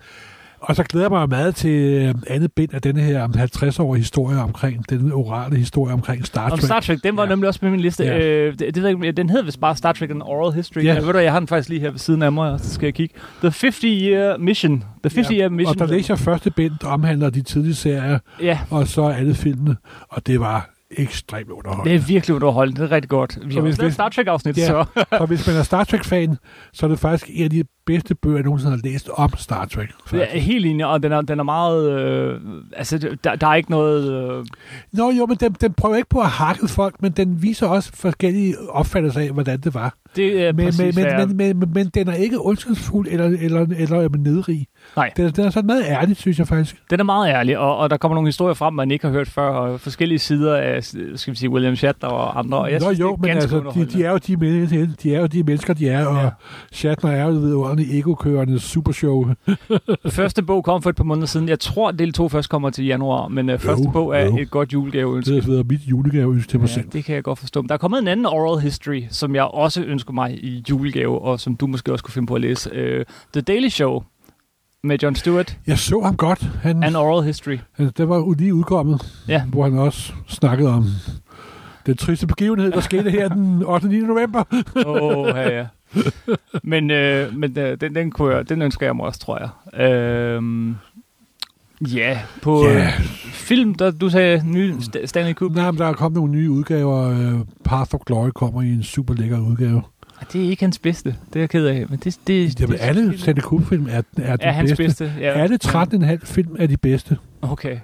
Speaker 2: Og så glæder jeg mig meget til øh, andet bind af denne her 50-årige historie omkring, den orale historie omkring Star
Speaker 1: Om
Speaker 2: Trek.
Speaker 1: Star Trek, den var ja.
Speaker 2: Ja.
Speaker 1: nemlig også på min liste. Ja.
Speaker 2: Ja.
Speaker 1: Øh, det, det, ved jeg ikke, den hed vist bare Star Trek and Oral History. Ja.
Speaker 2: Ja.
Speaker 1: Jeg, ved du, jeg har den faktisk lige her ved siden af mig, og så skal jeg kigge. The 50-Year Mission. The 50-Year ja. Mission.
Speaker 2: og der læser jeg første bind, der omhandler de tidlige serier,
Speaker 1: Ja,
Speaker 2: og så alle filmene, og det var ekstremt
Speaker 1: det
Speaker 2: underholdende.
Speaker 1: er virkelig underholdende. Det er rigtig godt. Vi har
Speaker 2: hvis
Speaker 1: også lavet
Speaker 2: det-
Speaker 1: Star Trek-afsnit, ja.
Speaker 2: Ja.
Speaker 1: så...
Speaker 2: Så hvis man er Star Trek-fan, så er det faktisk en af de bedste bøger, jeg nogensinde har læst om Star Trek.
Speaker 1: Jeg er
Speaker 2: Faktisk.
Speaker 1: helt enig, og den er, den er meget... Øh, altså, det- der, der er ikke noget... Øh,
Speaker 2: Nå jo, men den, den prøver ikke på at hakke folk, men den viser også forskellige opfattelser af, hvordan det var.
Speaker 1: det er
Speaker 2: Men,
Speaker 1: præcis,
Speaker 2: men,
Speaker 1: hvad jeg-
Speaker 2: men, men, men, men, men den er ikke ondskabsfuld eller, eller, eller nedrig.
Speaker 1: Nej.
Speaker 2: Den, er- den er sådan meget ærlig, synes jeg faktisk.
Speaker 1: Den er meget ærlig, og, og der kommer nogle historier frem, man ikke har hørt før, og forskellige sider af, skal vi sige, William Shatner og andre. Og jeg
Speaker 2: Nå
Speaker 1: synes,
Speaker 2: jo,
Speaker 1: det er
Speaker 2: men
Speaker 1: ganske
Speaker 2: altså, de, de,
Speaker 1: underholdende.
Speaker 2: er jo de, mennesker, de er jo de mennesker, de er, og
Speaker 1: Ja.
Speaker 2: ja. Shatner er jo ved ordentligt egokørende supershow.
Speaker 1: Første bog kom for et par måneder siden. Jeg tror, del 2 først kommer til januar, men uh, første bog er
Speaker 2: jo.
Speaker 1: et godt julegaveønske.
Speaker 2: Det er videre mit julegaveønske til mig
Speaker 1: Ja,
Speaker 2: selv.
Speaker 1: det kan jeg godt forstå. Men Der er kommet en anden oral history, som jeg også ønsker mig i julegave, og som du måske også kunne finde på at læse. Uh, The Daily Show med Jon Stewart,
Speaker 2: Jeg så ham godt. Han,
Speaker 1: An Oral History.
Speaker 2: han, den var jo lige udkommet.
Speaker 1: Ja,
Speaker 2: hvor han også snakkede om den triste begivenhed, der skete her den 8. 9. november.
Speaker 1: oh, ja, ja. Men, øh, men øh, den, den, kunne jeg, den ønsker jeg mig også, tror jeg. Øhm, ja, på yeah.
Speaker 2: Ja.
Speaker 1: film, der du sagde ny St- Stanley Kubrick.
Speaker 2: Nej, men der er kommet nogle nye udgaver. Øh, Path of Glory kommer i en super lækker udgave.
Speaker 1: Ah, Det er ikke hans bedste, det er jeg ked af. Men det, det,
Speaker 2: Jamen,
Speaker 1: det,
Speaker 2: alle Stanley Kubrick-film er, er de
Speaker 1: er hans
Speaker 2: bedste.
Speaker 1: bedste. Ja.
Speaker 2: Alle 13,5 film er de bedste.
Speaker 1: Okay.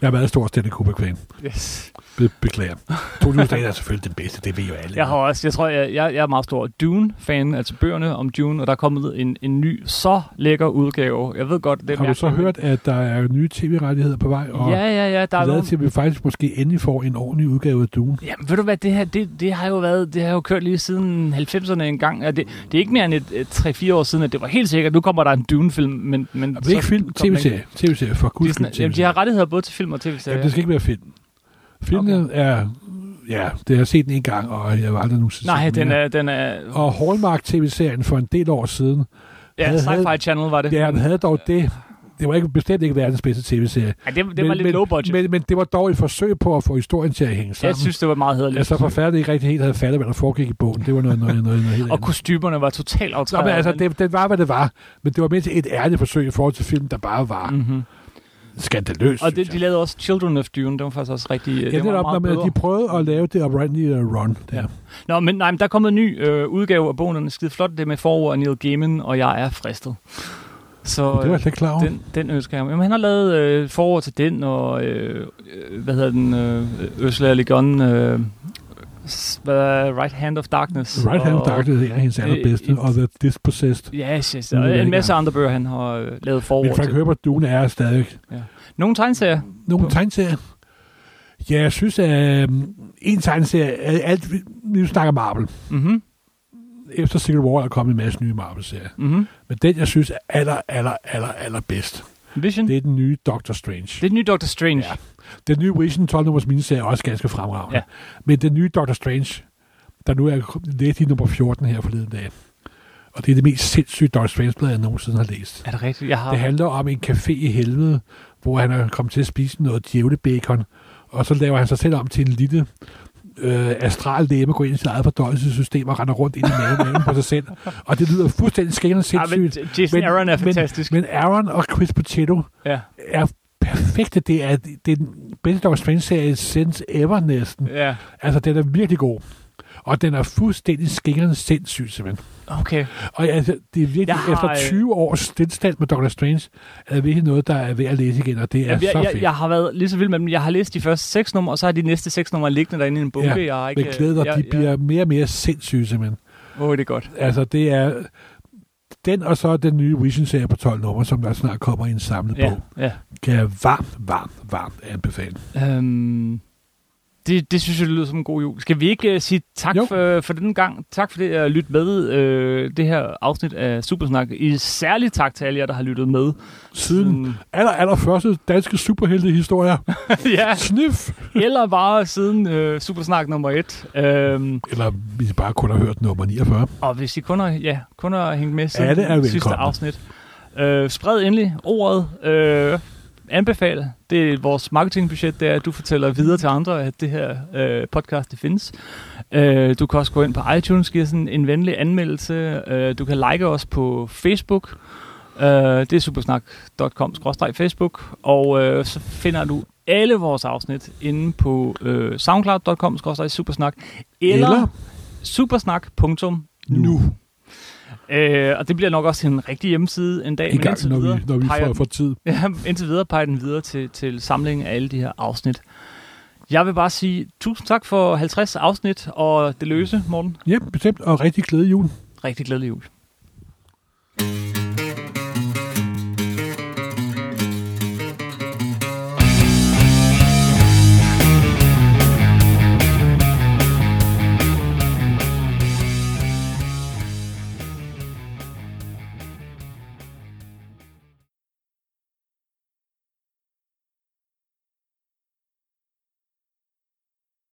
Speaker 2: Jeg er meget stor Stanley Kubrick-fan.
Speaker 1: Yes.
Speaker 2: Be- beklager. 2001 er selvfølgelig den bedste, det ved jo alle.
Speaker 1: Jeg har også, jeg tror, jeg, jeg, jeg er meget stor Dune-fan, altså bøgerne om Dune, og der er kommet en, en ny, så lækker udgave. Jeg ved godt, det er
Speaker 2: har du så
Speaker 1: mærkeligt, men-
Speaker 2: hørt, at der er nye tv-rettigheder på vej, og
Speaker 1: Ja, ja, ja, der er
Speaker 2: det lader
Speaker 1: nogen,
Speaker 2: til, at vi faktisk måske endelig får en ordentlig udgave af Dune.
Speaker 1: Jamen, ved du hvad, det her, det, det har jo været, det har jo kørt lige siden 90'erne en gang, og det, det er ikke mere end et, et 3-4 år siden, at det var helt sikkert, nu kommer der en Dune-film, men... men
Speaker 2: Det er ikke
Speaker 1: så
Speaker 2: film,
Speaker 1: kom den ikke.
Speaker 2: tv-serie. TV-serie, for
Speaker 1: De, er
Speaker 2: guds
Speaker 1: sådan,
Speaker 2: skyld.
Speaker 1: jamen, de
Speaker 2: TV-serie.
Speaker 1: har rettigheder både til film og tv-serier.
Speaker 2: Jamen, det skal ikke være film. Filmen okay. er... Ja, det har jeg set den en gang, og jeg var aldrig nogensinde set
Speaker 1: Nej, den
Speaker 2: mere.
Speaker 1: er... Den er
Speaker 2: Og Hallmark-tv-serien for en del år siden,
Speaker 1: ja,
Speaker 2: havde-
Speaker 1: Sci-Fi Channel var det.
Speaker 2: det den havde dog det... Det var ikke, bestemt ikke verdens bedste tv-serie.
Speaker 1: Ej, det, det var lidt
Speaker 2: men,
Speaker 1: low budget.
Speaker 2: Men, men det var dog et forsøg på at få historien til at hænge sammen.
Speaker 1: jeg synes, det var meget hederligt.
Speaker 2: altså, forfærdeligt ikke rigtig helt havde fattet, hvad der foregik i bogen. Det var noget, noget, noget, noget helt
Speaker 1: og
Speaker 2: andet.
Speaker 1: kostymerne var totalt
Speaker 2: Nå,
Speaker 1: aftrædet.
Speaker 2: men altså, det, det var, hvad det var. Men det var mindst et ærligt forsøg i forhold til filmen, der bare var
Speaker 1: Mm-hmm.
Speaker 2: skandaløst.
Speaker 1: Og
Speaker 2: synes
Speaker 1: det,
Speaker 2: jeg.
Speaker 1: de lavede også Children of Dune, det var faktisk også rigtig...
Speaker 2: ja, det er
Speaker 1: var
Speaker 2: op, når
Speaker 1: meget
Speaker 2: man,
Speaker 1: bedre.
Speaker 2: de prøvede at lave det oprindelige øh, run der.
Speaker 1: Ja. Nå, men nej, men der er kommet en ny øh, udgave af bogen, og den er skide flot. Det er med forord af Neil Gaiman, og jeg er fristet. Så
Speaker 2: Det var jeg
Speaker 1: øh,
Speaker 2: slet ikke klar over.
Speaker 1: den, den ønsker jeg mig. Jamen, han har lavet øh, forord til den, og øh, øh, hvad hedder den? Øh, Ursula Le Guin, øh, s- hvad er Right Hand of Darkness.
Speaker 2: Right Hand
Speaker 1: og-
Speaker 2: Darkness er hendes
Speaker 1: Øh,
Speaker 2: allerbedste,
Speaker 1: et-
Speaker 2: og The Dispossessed.
Speaker 1: Yes, yes.
Speaker 2: Nu ved
Speaker 1: Og
Speaker 2: jeg
Speaker 1: en
Speaker 2: ikke
Speaker 1: masse
Speaker 2: engang.
Speaker 1: andre bøger, han har øh, lavet
Speaker 2: Men
Speaker 1: forord
Speaker 2: Frank
Speaker 1: til.
Speaker 2: Herbert Dune er stadig
Speaker 1: Nogle tegneserier.
Speaker 2: nogle tegneserier. Ja, jeg synes, at øhm, en tegneserie, er alt, vi snakker Marvel.
Speaker 1: Mhm,
Speaker 2: Efter Civil War er der kommet en masse nye Marvel-serier.
Speaker 1: mhm.
Speaker 2: Men den, jeg synes er aller, aller, aller, aller bedst,
Speaker 1: Vision?
Speaker 2: Det
Speaker 1: Det,
Speaker 2: er den nye Doctor Strange.
Speaker 1: det er den nye Doctor Strange.
Speaker 2: Ja. Den nye Vision 12 nummers miniserie er også ganske fremragende.
Speaker 1: Ja.
Speaker 2: Ja. Men den nye Doctor Strange, der nu er læst i nummer 14 her forleden dag, og det er det mest sindssyge Doctor Strange-blad, jeg nogensinde har læst.
Speaker 1: Er det rigtigt? Jeg har...
Speaker 2: Det handler om en café i helvede, hvor han er kommet til at spise noget djævlebacon, og så laver han sig selv om til en lille øh, astral læme, går ind i sit eget fordøjelsessystem og render rundt ind i maven, maven på sig selv. Og det lyder fuldstændig skændende
Speaker 1: Ah, men
Speaker 2: sindssygt.
Speaker 1: Jason
Speaker 2: Men-
Speaker 1: Aaron er fantastisk.
Speaker 2: Men Aaron og Chris Potato
Speaker 1: ja.
Speaker 2: er perfekte. Det er, det er den bedste Doctor Strange-serie since ever næsten.
Speaker 1: ja.
Speaker 2: Altså, den er virkelig god. Og den er fuldstændig skængerne sindssyg, simpelthen.
Speaker 1: Okay.
Speaker 2: Og altså, det er virkelig,
Speaker 1: Jeg har,
Speaker 2: har,
Speaker 1: øh,
Speaker 2: efter 20 års stillstand med Doctor Strange, er det virkelig noget, der er ved at læse igen, og det er
Speaker 1: Jamen, jeg,
Speaker 2: så fedt.
Speaker 1: jeg, jeg, har været lige så vild med dem. Jeg har læst de første seks numre, og så har de næste seks numre liggende derinde i en bunke. jeg har ikke, øh,
Speaker 2: Men glæder,
Speaker 1: jeg,
Speaker 2: de bliver mere og mere sindssyge, simpelthen.
Speaker 1: Åh, oh, det er godt.
Speaker 2: Altså, det er... Den og så den nye Vision-serie på 12 numre, som der snart kommer i en samlet ja.
Speaker 1: Ja,
Speaker 2: bog,
Speaker 1: ja.
Speaker 2: kan jeg varmt, varmt, varmt anbefale.
Speaker 1: Øhm, det, det synes jeg, det lyder som en god jul. Skal vi ikke uh, sige tak
Speaker 2: Jo.
Speaker 1: for, for den gang? Tak for det at lytte med øh, det her afsnit af Supersnak. I særlig tak til alle jer, der har lyttet med.
Speaker 2: Siden aller, aller første danske superheltehistorier.
Speaker 1: ja,
Speaker 2: Sniff!
Speaker 1: eller bare siden øh, Supersnak nummer et. Øhm,
Speaker 2: Eller hvis I bare kun har hørt nummer 49.
Speaker 1: og hvis I kun har, ja, kun har hængt med siden
Speaker 2: Alle er
Speaker 1: det sidste
Speaker 2: velkomne.
Speaker 1: afsnit, øh, spred endelig ordet. Øh, anbefale. Det er vores marketingbudget, det er, at du fortæller videre til andre, at det her øh, podcast det findes. Øh, du kan også gå ind på iTunes, give sådan en venlig anmeldelse. Øh, du kan like os på Facebook. Øh, det er supersnak.com-facebook. Og øh, så finder du alle vores afsnit inde på øh, soundcloud.com-supersnak eller,
Speaker 2: Eller?
Speaker 1: eller supersnak.nu. Øh, og det bliver nok også en rigtig hjemmeside en dag.
Speaker 2: I
Speaker 1: men
Speaker 2: gang,
Speaker 1: indtil
Speaker 2: når
Speaker 1: videre
Speaker 2: vi, når vi
Speaker 1: peger
Speaker 2: får,
Speaker 1: den-
Speaker 2: får tid.
Speaker 1: Ja, indtil videre peger den videre til, til samlingen af alle de her afsnit. Jeg vil bare sige tusind tak for 50 afsnit og det løse, Morten.
Speaker 2: Ja, bestemt. Og rigtig glæde jul.
Speaker 1: Rigtig glædelig jul.